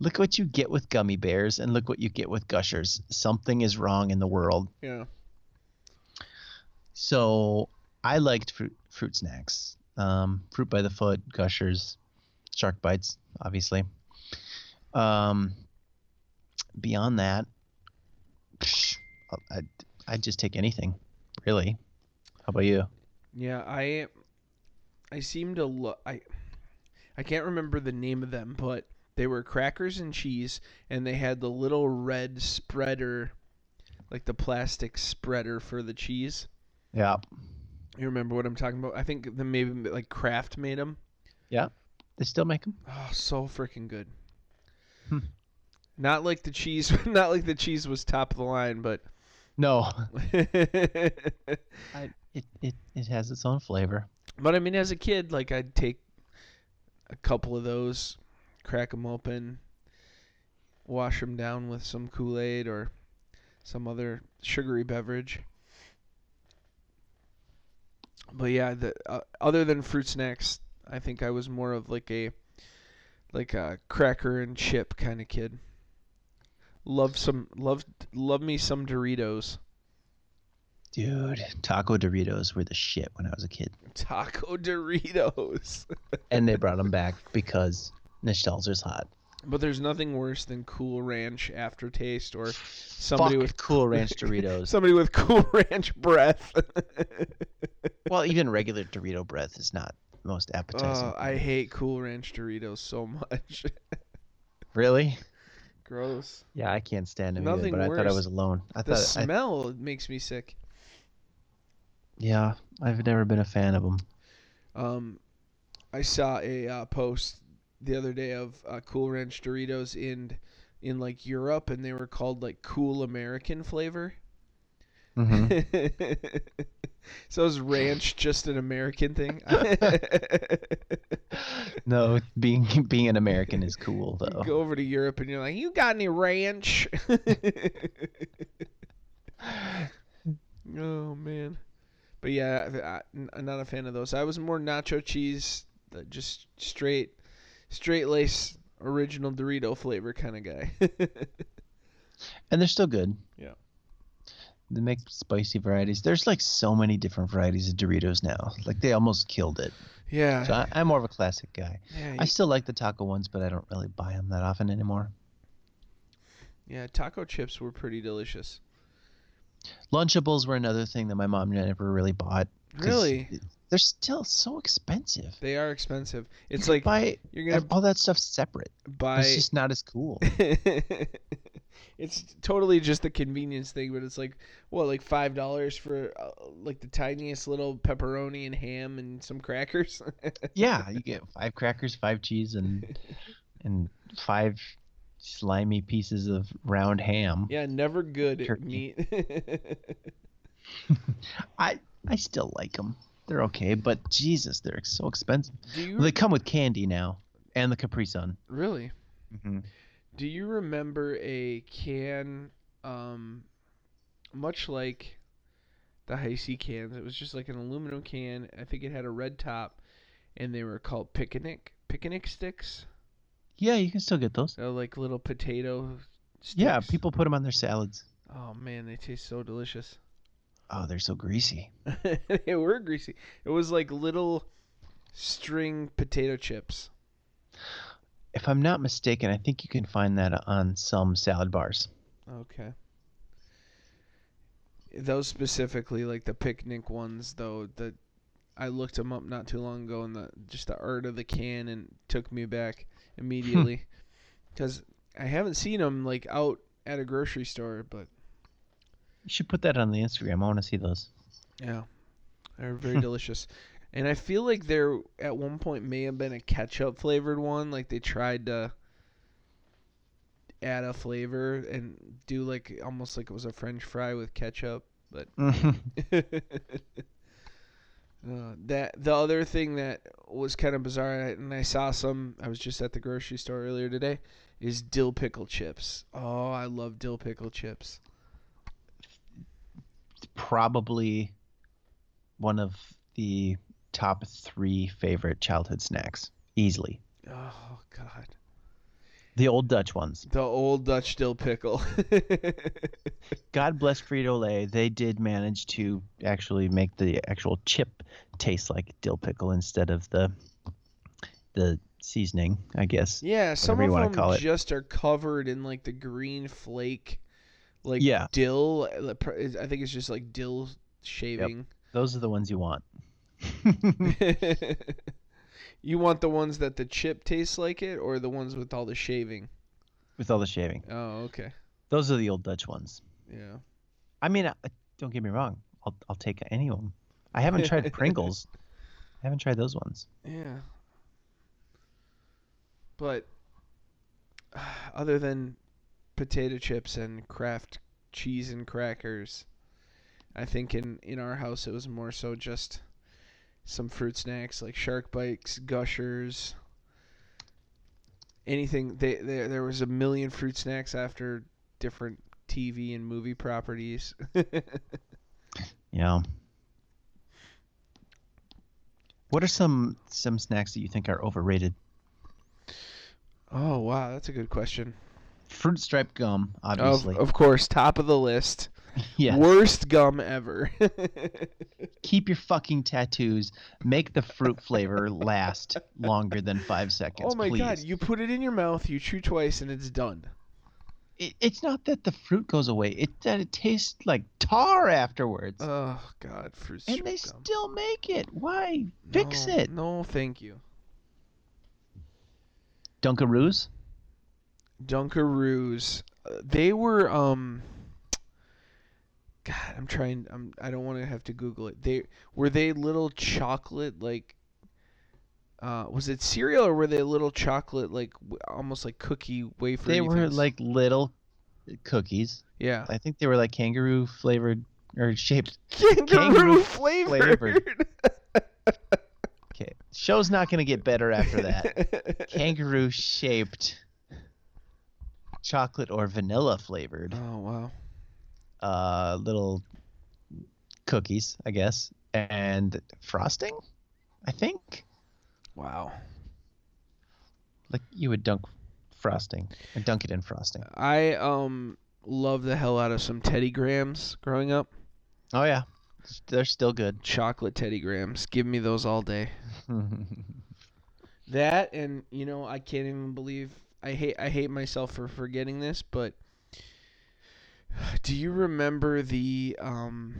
B: Look what you get with gummy bears and look what you get with gushers. Something is wrong in the world.
A: yeah.
B: So I liked fruit fruit snacks. Um, fruit by the foot, gushers, shark bites, obviously. Um, beyond that, psh, I I just take anything, really. How about you?
A: Yeah, I I seem to lo- I I can't remember the name of them, but they were crackers and cheese and they had the little red spreader like the plastic spreader for the cheese.
B: Yeah.
A: You remember what I'm talking about? I think the maybe like Kraft made them.
B: They still make them?
A: Oh, so freaking good.
B: Hmm.
A: Not like the cheese, not like the cheese was top of the line, but
B: No. It, it it has its own flavor.
A: But I mean, as a kid, like I'd take a couple of those, crack them open, wash them down with some Kool Aid or some other sugary beverage. But yeah, the uh, other than fruit snacks, I think I was more of like a like a cracker and chip kind of kid. Love some love love me some Doritos.
B: Dude, taco Doritos were the shit when I was a kid.
A: Taco Doritos.
B: and they brought him back because nostalgia's hot.
A: But there's nothing worse than Cool Ranch aftertaste or somebody
B: Fuck
A: with
B: Cool Ranch Doritos.
A: somebody with Cool Ranch breath.
B: well, even regular Dorito breath is not the most appetizing.
A: Oh, I hate Cool Ranch Doritos so much.
B: really?
A: Gross.
B: Yeah, I can't stand them either.
A: Nothing
B: But I thought I
A: worse.
B: was alone. I
A: The
B: thought, I,
A: smell makes me sick.
B: yeah, I've never been a fan of them.
A: Um, I saw a uh, post the other day of uh, Cool Ranch Doritos in in like Europe, and they were called like Cool American flavor.
B: hmm
A: so is ranch just an American thing?
B: no, being being an American is cool
A: You
B: though.
A: go over to Europe and you're like, you got any ranch? oh man, but yeah, I- I, am not a fan of those. I was more nacho cheese, the- just straight, straight lace original Dorito flavor kind of guy.
B: and they're still good.
A: Yeah.
B: They make spicy varieties. There's like so many different varieties of Doritos now. Like they almost killed it.
A: Yeah.
B: So I, I'm more of a classic guy.
A: yeah,
B: I still like the taco ones, but I don't really buy them that often anymore.
A: yeah, taco chips were pretty delicious.
B: Lunchables were another thing that my mom never really bought. 'cause
A: Really?
B: They're still so expensive.
A: They are expensive. It's like
B: buy
A: you're going to
B: all that stuff separate.
A: buy
B: It's just not as cool.
A: it's totally just a convenience thing, but it's like what, like five dollars for uh, like the tiniest little pepperoni and ham and some crackers.
B: yeah, you get five crackers, five cheese, and and five slimy pieces of round ham.
A: yeah, never good at
B: Turkey.
A: meat.
B: I I still like them. They're okay, but Jesus, they're so expensive.
A: Do you
B: They come with candy now and the Capri Sun.
A: really?
B: Mm-hmm.
A: Do you remember a can, um, much like the Heisey cans? It was just like an aluminum can. I think it had a red top, and they were called picnic picnic sticks.
B: Yeah, you can still get those.
A: They're like little potato. Sticks.
B: Yeah, people put them on their salads.
A: Oh man, they taste so delicious.
B: Oh, they're so greasy.
A: they were greasy. It was like little string potato chips.
B: If I'm not mistaken, I think you can find that on some salad bars.
A: Okay. Those specifically, like the picnic ones, though. That I looked them up not too long ago, and the just the art of the can and took me back immediately, because I haven't seen them like out at a grocery store, but
B: You should put that on the Instagram. I want to see those.
A: yeah, they're very delicious. And I feel like there at one point may have been a ketchup flavored one, like they tried to add a flavor and do like almost like it was a French fry with ketchup. Uh, that the other thing that was kind of bizarre, and I- and I saw some. I was just at the grocery store earlier today. Is dill pickle chips? Oh, I love dill pickle chips.
B: Probably one of the top three favorite childhood snacks, easily.
A: Oh God,
B: The old Dutch ones.
A: the old Dutch dill pickle.
B: God bless Frito Lay. They did manage to actually make the actual chip taste like dill pickle instead of the the seasoning, I guess.
A: yeah, some
B: Whatever you
A: of
B: wanna
A: them
B: call it.
A: just are covered in like the green flake, like
B: Yeah.
A: dill. uh, pr- I think it's just like dill shaving.
B: Those are the ones you want. Hmm.
A: you want the ones that the chip tastes like it, or the ones with all the shaving?
B: With all the shaving.
A: Oh, okay.
B: Those are the old Dutch ones.
A: Yeah.
B: I mean, I- don't get me wrong. I'll, I'll take any of them. I haven't tried Pringles. I haven't tried those ones.
A: Yeah. But other than potato chips and Kraft cheese and crackers, I think in in our house it was more so just some fruit snacks like shark bites, gushers, anything. They, they there was a million fruit snacks after different TV and movie properties.
B: Yeah. What are some some snacks that you think are overrated?
A: oh wow, that's a good question.
B: Fruit stripe gum,
A: Of,
B: obviously.
A: of course, top of the list.
B: yeah.
A: Worst gum ever.
B: Keep your fucking tattoos. Make the fruit flavor last longer than five seconds.
A: oh my
B: please.
A: god, you put it in your mouth, you chew twice, and it's done.
B: It, it's not that the fruit goes away. It's that it tastes like tar afterwards,
A: Oh god, fruit
B: and
A: stripe
B: they
A: gum.
B: still make it. Why fix
A: No,
B: it?
A: No, thank you.
B: Dunkaroos.
A: Dunkaroos. Uh, they were um God, I'm trying I'm I don't want to have to google it. They were they little chocolate like uh was it cereal or were they little chocolate like w- almost like cookie wafer
B: They were like little cookies.
A: Yeah.
B: I think they were like kangaroo flavored or shaped.
A: Kangaroo
B: kangaroo
A: flavored.
B: Okay, show's not gonna get better after that. kangaroo shaped, chocolate or vanilla flavored.
A: Oh wow.
B: uh, little cookies, I guess, and frosting. I think
A: Wow.
B: like you would dunk frosting or dunk it in frosting.
A: I um love the hell out of some Teddy Grahams growing up.
B: Oh yeah, they're still good.
A: Chocolate Teddy Grahams. Give me those all day. that and you know I can't even believe I hate I hate myself for forgetting this, but do you remember the um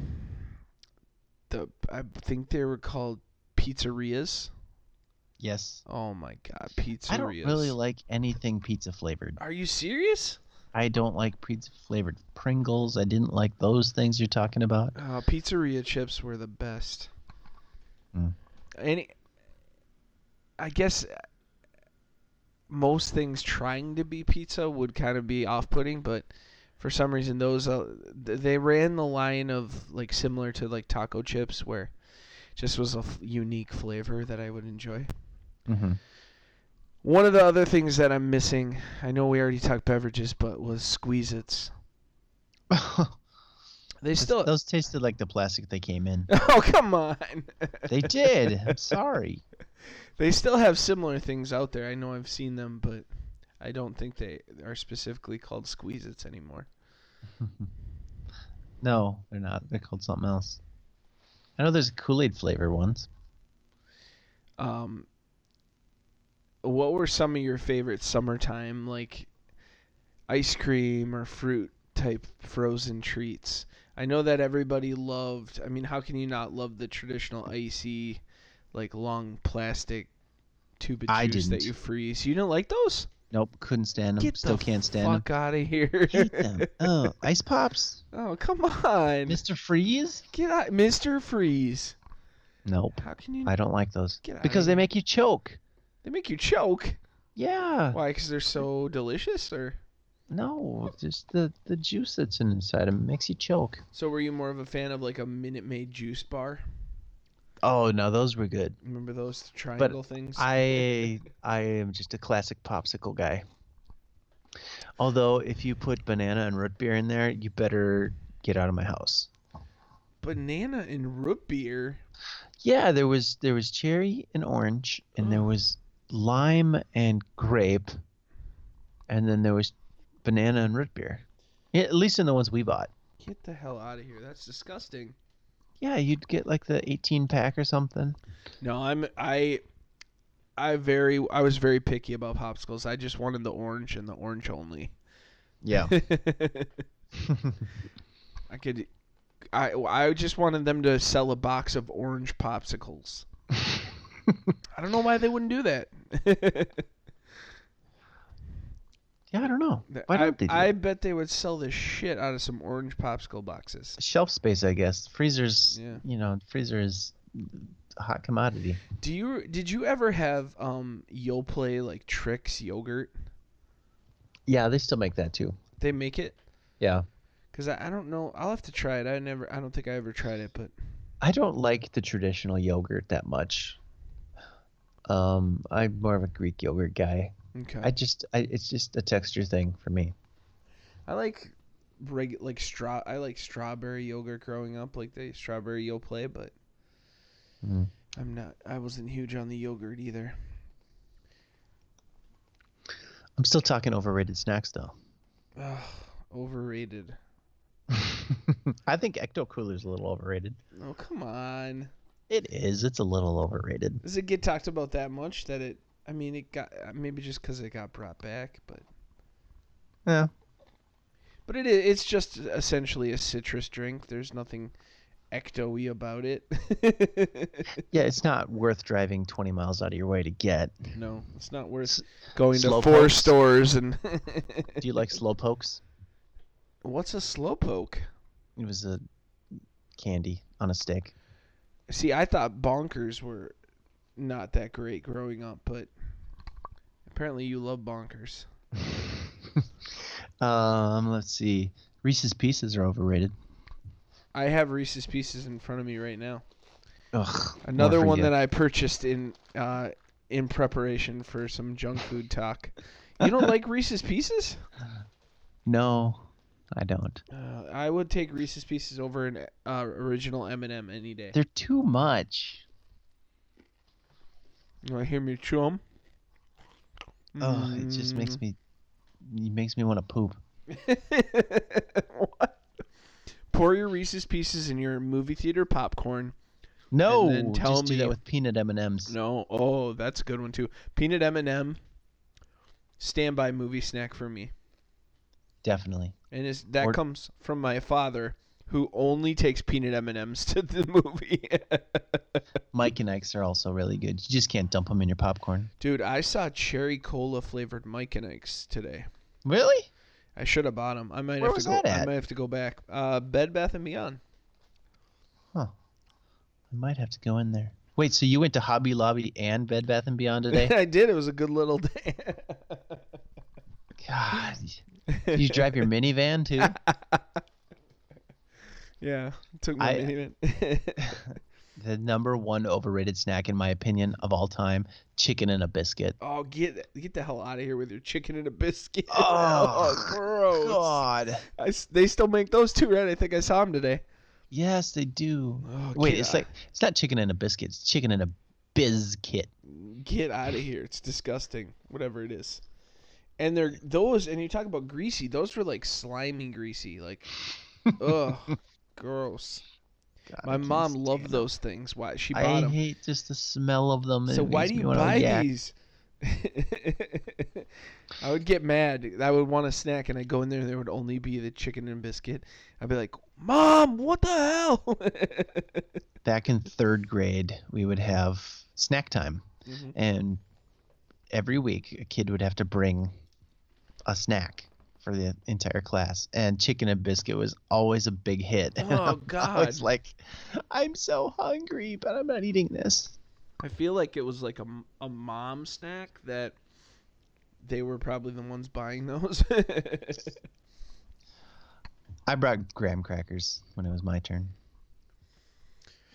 A: the I think they were called pizzerias?
B: yes.
A: Oh my god, pizzerias.
B: I don't really like anything pizza flavored.
A: Are you serious?
B: I don't like pizza flavored Pringles. I didn't like those things you're talking about.
A: Uh, pizzeria chips were the best.
B: Mm.
A: Any, I guess uh, most things trying to be pizza would kind of be off-putting, but for some reason those uh, th- they ran the line of like similar to like taco chips, where just was a f- unique flavor that I would enjoy.
B: Mm-hmm.
A: One of the other things that I'm missing, I know we already talked beverages, but was Squeeze-Its. They still.
B: those tasted like the plastic they came in.
A: Oh come on!
B: They did. I'm sorry.
A: They still have similar things out there. I know I've seen them, but I don't think they are specifically called Squeeze-Its anymore.
B: No, they're not. They're called something else. I know there's Kool Aid flavor ones.
A: Um, what were some of your favorite summertime like ice cream or fruit type frozen treats? I know that everybody loved. I mean, how can you not love the traditional icy, like long plastic tube of
B: I
A: juice that
B: didn't.
A: you freeze? You didn't like those?
B: Nope, couldn't stand them.
A: Get
B: Still
A: the
B: can't stand them.
A: Fuck out of here!
B: Hate them. Oh, ice pops,
A: oh come on,
B: Mr. Freeze.
A: get out, Mister Freeze.
B: Nope,
A: How can you?
B: I don't like those
A: Get outta
B: because they
A: here.
B: make you choke.
A: They make you choke.
B: Yeah.
A: Why? Because they're so delicious, or
B: No, just the the juice that's in inside them makes you choke.
A: so? Were you more of a fan of like a Minute Maid juice bar?
B: Oh no, those were good.
A: Remember those triangle things?
B: I I am just a classic popsicle guy. Although if you put banana and root beer in there, you better get out of my house.
A: Banana and root beer.
B: Yeah, there was there was cherry and orange, and there
A: Oh.
B: was lime and grape, and then there was banana and root beer. Yeah, at least in the ones we bought.
A: Get the hell out of here. That's disgusting.
B: Yeah, you'd get like the 18 pack or something.
A: No, I'm I I very I was very picky about popsicles. I just wanted the orange and the orange only.
B: Yeah.
A: I could I I just wanted them to sell a box of orange popsicles. I don't know why they wouldn't do that.
B: yeah, I don't know.
A: Th-
B: Why
A: I,
B: don't they do
A: I
B: that?
A: bet they would sell the shit out of some orange popsicle boxes.
B: Shelf space, I guess. Freezers,
A: Yeah.
B: you know, freezer is a hot commodity.
A: Do you did you ever have um Yoplait like Trix yogurt?
B: Yeah, they still make that too.
A: They make it
B: Yeah.
A: because I, I don't know. I'll have to try it. I never. I don't think I ever tried it, but
B: I don't like the traditional yogurt that much. Um, I'm more of a Greek yogurt guy.
A: okay.
B: I just, I, it's just a texture thing for me.
A: I like reg like straw. I like strawberry yogurt growing up, like the strawberry Yoplait, but
B: Mm.
A: I'm not. I wasn't huge on the yogurt either.
B: I'm still talking overrated snacks though.
A: Ugh, overrated.
B: I think Ecto Cooler is a little overrated.
A: Oh come on.
B: It is. It's a little overrated.
A: Does it get talked about that much that it? I mean, it got uh, maybe just because it got brought back, but
B: Yeah.
A: But it is, it's just essentially a citrus drink. There's nothing ecto-y about it.
B: Yeah, it's not worth driving 20 miles out of your way to get.
A: no, it's not worth
B: S-
A: going to
B: slow
A: four
B: pokes.
A: stores and
B: Do you like slow pokes?
A: What's a slowpoke?
B: It was a candy on a stick.
A: See, I thought bonkers were not that great growing up, but apparently you love bonkers.
B: um, let's see. Reese's Pieces are overrated.
A: I have Reese's Pieces in front of me right now.
B: Ugh.
A: Another one that I purchased in uh, in preparation for some junk food talk. You don't like Reese's Pieces?
B: No, I don't.
A: Uh, I would take Reese's Pieces over an uh, original M&M any day.
B: They're too much.
A: You want to hear me chew 'em? Mm.
B: Ugh, it just makes me. It makes me want to poop.
A: what? Pour your Reese's Pieces in your movie theater popcorn.
B: No,
A: And then tell
B: just do
A: me-
B: that with peanut M and M's.
A: No, oh, that's a good one too. Peanut M&M, standby movie snack for me.
B: Definitely.
A: And it's, that
B: Or-
A: comes from my father, who only takes peanut M&Ms to the movie.
B: Mike and Ike's are also really good. You just can't dump them in your popcorn.
A: Dude, I saw cherry cola flavored Mike and Ike's today.
B: Really?
A: I should have bought them. I might
B: Where
A: have
B: was
A: to go.
B: that
A: I
B: at?
A: might have to go back. Uh, Bed Bath and Beyond.
B: I might have to go in there. Wait, so you went to Hobby Lobby and Bed Bath and Beyond today?
A: I did. It was a good little day.
B: God, did you drive your minivan too?
A: Yeah, it took my
B: I-
A: minute.
B: The number one overrated snack, in my opinion, of all time: chicken and a biscuit.
A: oh, get get the hell out of here with your chicken and a biscuit.
B: Oh,
A: gross.
B: God.
A: I s they still make those too, right? I think I saw them today.
B: Yes, they do.
A: Oh,
B: Wait,
A: get
B: it's
A: out-
B: like it's not chicken and a biscuit. It's chicken and a bizkit.
A: get out of here. It's disgusting. Whatever it is. And they're those, and you talk about greasy. Those were like slimy, greasy, like, ugh, gross.
B: God, I
A: My
B: can't
A: mom
B: stand
A: loved
B: them.
A: those things. Why she
B: I
A: bought them?
B: hate just the smell of them.
A: So
B: It
A: why
B: makes
A: do
B: me
A: you
B: wanna
A: buy
B: yak.
A: these? I would get mad. I would want a snack, and I'd go in there, and there would only be the chicken and biscuit. I'd be like, "Mom, what the hell?"
B: Back in third grade, we would have snack time,
A: Mhm.
B: and every week a kid would have to bring a snack for the entire class. And chicken and biscuit was always a big hit. And
A: Oh,
B: I'm always
A: God.
B: like, I'm so hungry, but I'm not eating this.
A: I feel like it was like a, m- a mom snack that they were probably the ones buying those.
B: I brought graham crackers when it was my turn.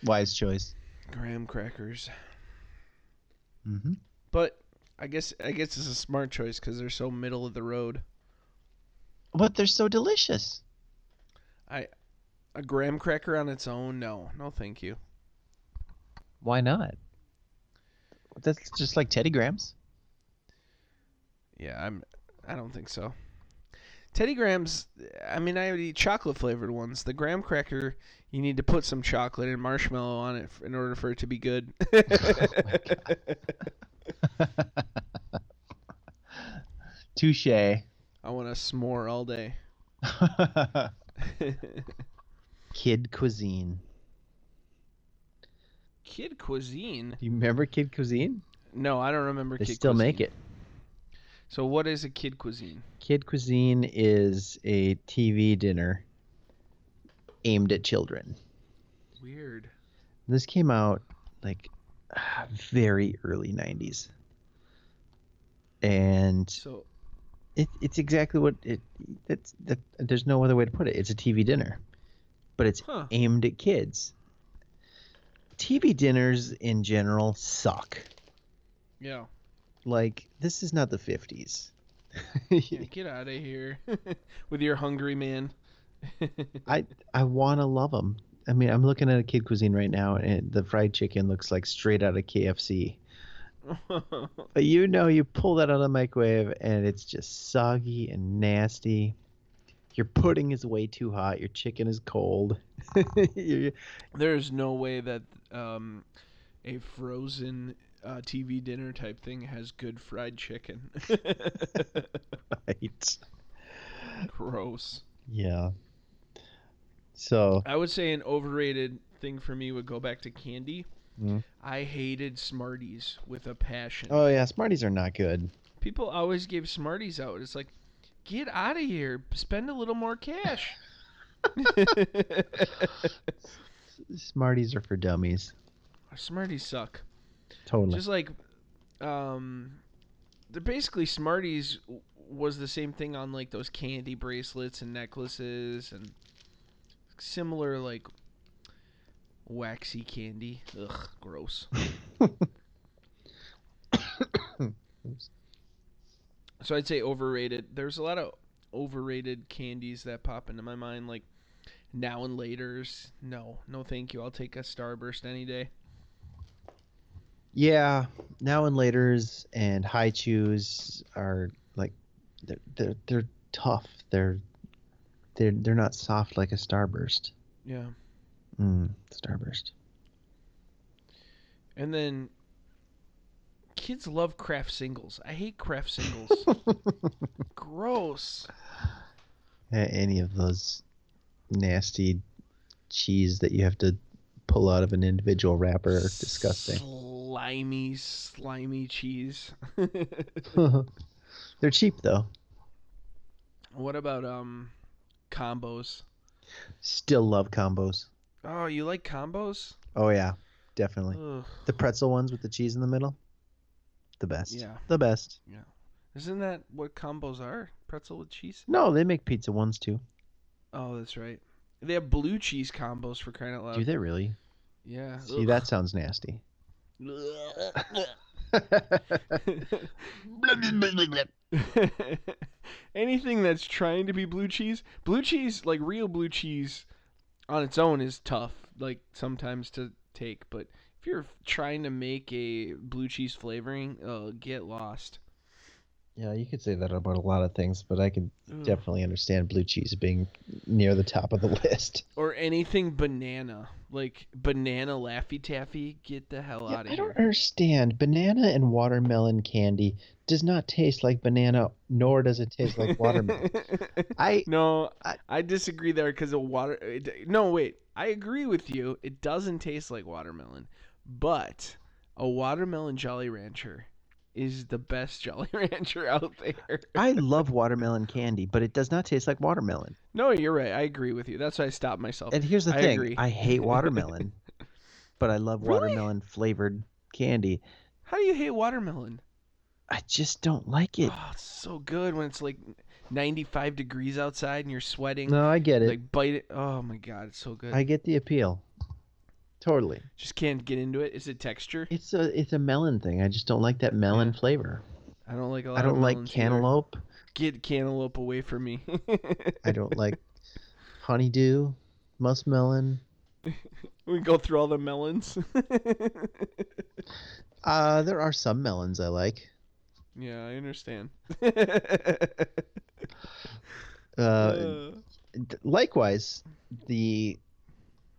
B: Wise choice.
A: Graham crackers,
B: hmm
A: but I guess I guess it's a smart choice because they're so middle of the road.
B: But they're so delicious.
A: A graham cracker on its own, no, no, thank you.
B: Why not? That's just like Teddy Grahams.
A: Yeah, I'm. I don't think so. Teddy Grahams. I mean, I would eat chocolate flavored ones. The graham cracker, you need to put some chocolate and marshmallow on it f- in order for it to be good.
B: Touche.
A: I want a s'more all day.
B: Kid Cuisine.
A: Kid cuisine.
B: Do you remember Kid Cuisine?
A: No, I don't remember.
B: They
A: kid
B: still
A: cuisine.
B: make it.
A: So what is a kid cuisine?
B: Kid Cuisine is a TV dinner aimed at children.
A: Weird.
B: This came out like very early 90s. And
A: So
B: It, it's exactly what it. That's that. There's no other way to put it. It's a TV dinner, but it's
A: Huh.
B: aimed at kids. TV dinners in general suck.
A: yeah,
B: Like this is not the 50s.
A: yeah, get out of here with your hungry man.
B: I I want to love them. I mean, I'm looking at a kid cuisine right now, and the fried chicken looks like straight out of KFC. But you know, you pull that out of the microwave and it's just soggy and nasty. Your pudding is way too hot. Your chicken is cold. You-
A: There's no way that um, a frozen uh, TV dinner type thing has good fried chicken.
B: right.
A: Gross.
B: Yeah. So
A: I would say an overrated thing for me would go back to candy.
B: Mm.
A: I hated Smarties with a passion.
B: oh yeah, Smarties are not good.
A: People always gave Smarties out. It's like, get out of here. Spend a little more cash.
B: Smarties are for dummies.
A: Smarties suck.
B: Totally.
A: Just like, um, they're basically Smarties w- was the same thing on like those candy bracelets and necklaces and similar like waxy candy. Ugh, gross. So I'd say overrated. There's a lot of overrated candies that pop into my mind, like now and later's. No, no, thank you. I'll take a Starburst any day.
B: yeah, now and later's and high chews are like they're they're, they're tough. they're they're they're not soft like a starburst.
A: Yeah.
B: Mm, starburst.
A: And then kids love craft singles. I hate craft singles. Gross.
B: A- Any of those nasty cheese that you have to pull out of an individual wrapper are disgusting.
A: Slimy, slimy cheese.
B: they're cheap though.
A: what about um combos?
B: Still love combos.
A: Oh, you like combos?
B: Oh yeah, definitely.
A: Ugh.
B: The pretzel ones with the cheese in the middle. The best.
A: Yeah.
B: The best.
A: Isn't that what combos are? Pretzel with cheese?
B: No, they make pizza ones too.
A: Oh, that's right. They have blue cheese combos for crying out loud.
B: Do they really?
A: Yeah.
B: See, that sounds nasty.
A: Anything that's trying to be blue cheese, blue cheese, like real blue cheese on its own is tough, like sometimes to take, but if you're trying to make a blue cheese flavoring, uh, get lost.
B: yeah, you could say that about a lot of things, but I could
A: Ugh.
B: definitely understand blue cheese being near the top of the list.
A: Or anything banana, like banana laffy taffy, get the hell out of
B: I don't
A: here.
B: understand. Banana and watermelon candy does not taste like banana, nor does it taste like watermelon. I
A: No, I,
B: I-
A: disagree there because the water. It, no, wait. I agree with you. It doesn't taste like watermelon, but a watermelon Jolly Rancher is the best Jolly Rancher out there.
B: I love watermelon candy, but it does not taste like watermelon.
A: No, you're right. I agree with you. That's why I stopped myself.
B: And here's the
A: I
B: thing:
A: agree.
B: I hate watermelon, but I love
A: Really?
B: watermelon flavored candy.
A: How do you hate watermelon?
B: I just don't like it.
A: Oh, it's so good when it's like 95 degrees outside and you're sweating.
B: No, I get it.
A: Like bite it. Oh my god, it's so good.
B: I get the appeal. Totally.
A: just can't get into it. Is it texture?
B: It's a it's a melon thing. I just don't like that melon flavor.
A: I don't like a lot
B: I
A: of
B: don't like
A: melons either.
B: cantaloupe.
A: Get cantaloupe away from me.
B: I don't like honeydew, muskmelon.
A: We go through all the melons.
B: Uh, there are some melons I like.
A: yeah, I understand.
B: Uh,
A: Uh,
B: d- likewise, the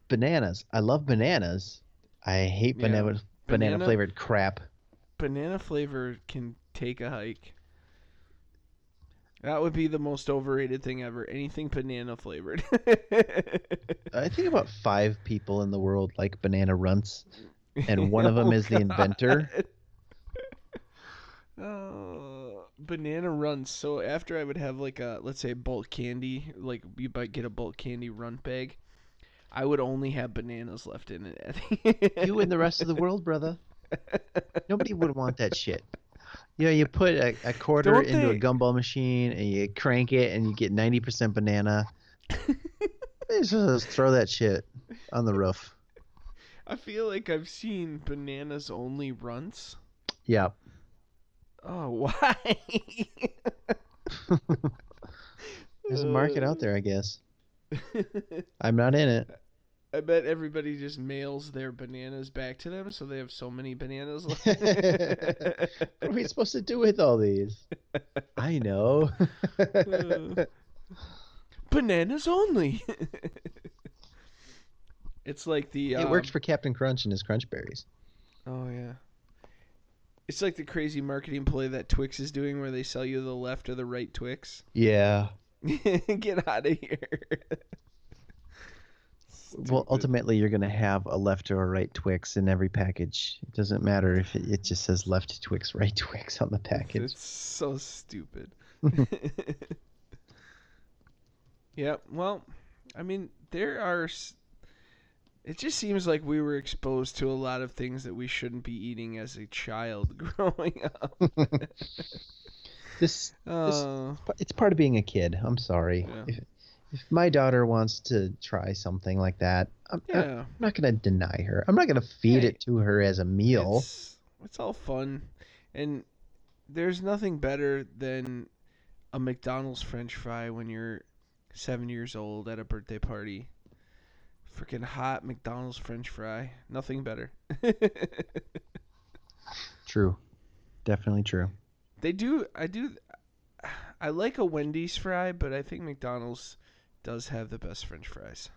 B: bananas. I love bananas. I hate
A: Yeah.
B: banana banana
A: Banana-
B: flavored crap.
A: banana flavor can take a hike. That would be the most overrated thing ever. Anything banana flavored.
B: I think about five people in the world like banana runts, and one of them
A: Oh,
B: is the inventor.
A: Oh, banana runs. So after I would have like a let's say bulk candy, like you might get a bulk candy runt bag, I would only have bananas left in it.
B: You and the rest of the world, brother. Nobody would want that shit. You know, you put a, a quarter
A: Don't
B: into
A: they-
B: a gumball machine and you crank it and you get 90% banana. Just- just throw that shit on the roof.
A: I feel like I've seen bananas only runts.
B: Yeah.
A: Oh, why?
B: There's a market out there, I guess. I'm not in it.
A: I bet everybody just mails their bananas back to them, so they have so many bananas left.
B: What are we supposed to do with all these? I know.
A: bananas only. it's like the.
B: It
A: um,
B: worked for Captain Crunch and his Crunch Berries.
A: Oh yeah. It's like the crazy marketing play that Twix is doing, where they sell you the left or the right Twix.
B: Yeah.
A: Get out of here.
B: Well,
A: Stupid.
B: ultimately, you're going to have a left or a right Twix in every package. It doesn't matter if it, it just says left Twix, right Twix on the package.
A: It's so stupid. yeah, well, I mean, there are. s- It just seems like we were exposed to a lot of things that we shouldn't be eating as a child growing up.
B: This
A: Oh,
B: it's part of being a kid. I'm sorry.
A: Yeah.
B: If, if my daughter wants to try something like that, I'm, I'm
A: yeah.
B: not going to deny her. I'm not going to feed
A: Hey.
B: it to her as a meal.
A: It's, it's all fun. And there's nothing better than a McDonald's french fry when you're seven years old at a birthday party. Freaking hot McDonald's french fry. Nothing better.
B: True. Definitely true.
A: they do, I do, I like a Wendy's fry, but I think McDonald's does have the best French fries.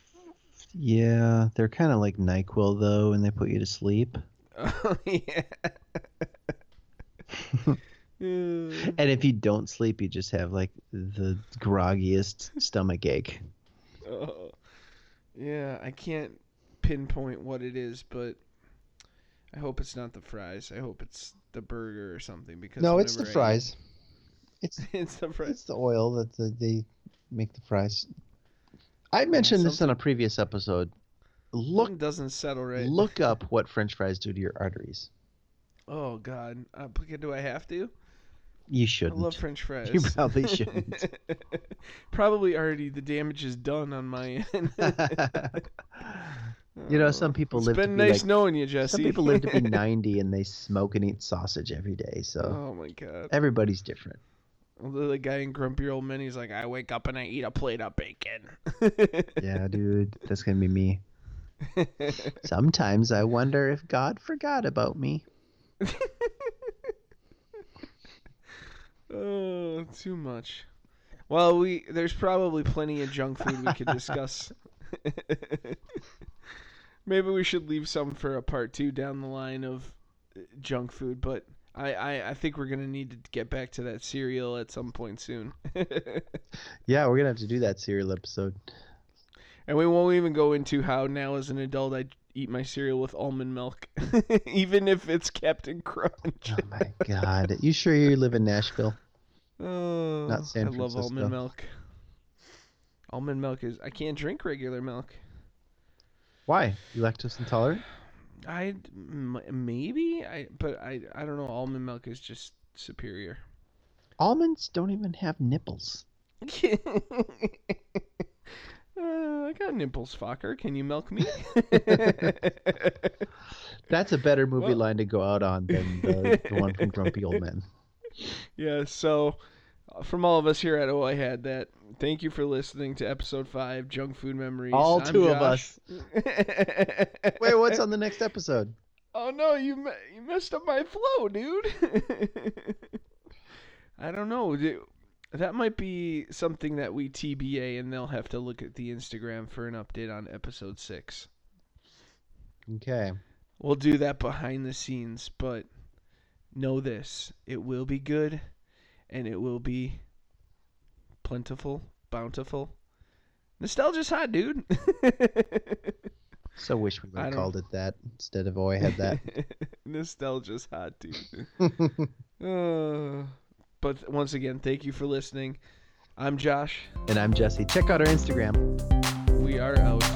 B: Yeah, they're kind of like Nyquil though, and they put you to sleep.
A: Oh yeah. Yeah.
B: And if you don't sleep, you just have like the groggiest stomach ache.
A: Oh. Yeah, I can't pinpoint what it is, but I hope it's not the fries. I hope it's the burger or something because
B: No, it's the
A: whenever I eat-
B: fries.
A: it's the fries.
B: It's the oil that the, they make the fries. I mentioned this on a previous episode. Look,
A: Something doesn't settle right.
B: look up what French fries do to your arteries.
A: Oh God, uh, but do I have to?
B: You
A: I
B: shouldn't.
A: love French fries.
B: You probably shouldn't.
A: Probably already the damage is done on my end.
B: you know,
A: Oh.
B: some people
A: It's
B: live to
A: been
B: be
A: nice
B: like,
A: knowing you, Jesse.
B: some people live to be 90 and they smoke and eat sausage every day. So
A: oh my God.
B: everybody's different.
A: Although the guy in Grumpy Old Men, he's like, I wake up and I eat a plate of bacon.
B: Yeah, dude, that's gonna be me. Sometimes I wonder if God forgot about me.
A: oh, too much. Well, we there's probably plenty of junk food we could discuss. Maybe we should leave some for a part two down the line of uh, junk food, but I, I, I think we're gonna need to get back to that cereal at some point soon.
B: Yeah, we're gonna have to do that serial episode.
A: And we won't even go into how now as an adult I eat my cereal with almond milk, even if it's Captain Crunch.
B: Oh my God, you sure you live in Nashville?
A: Oh,
B: Not San
A: I love
B: Francisco.
A: almond milk. Almond milk is I can't drink regular milk.
B: Why? You lactose intolerant?
A: I m- maybe I but I I don't know almond milk is just superior.
B: Almonds don't even have nipples.
A: Uh, I got nipples, Fokker. Can you milk me?
B: That's a better movie
A: Well-
B: line to go out on than the, the one from Grumpy Old Men.
A: yeah, so uh, from all of us here at Oh I Had That, thank you for listening to episode five, Junk Food Memories.
B: All
A: I'm
B: two of
A: Josh.
B: us. Wait, what's on the next episode?
A: Oh no, you me- you messed up my flow, dude. I don't know. dude. That might be something that we TBA, and they'll have to look at the Instagram for an update on episode six.
B: Okay.
A: We'll do that behind the scenes, but know this: it will be good, and it will be plentiful, bountiful. Nostalgia's hot, dude.
B: So wish we would
A: I
B: have
A: don't-
B: called it that instead of oh I had that.
A: Nostalgia's hot, dude. Uh, but once again, thank you for listening. I'm Josh.
B: and I'm Jesse. Check out our Instagram.
A: We are out.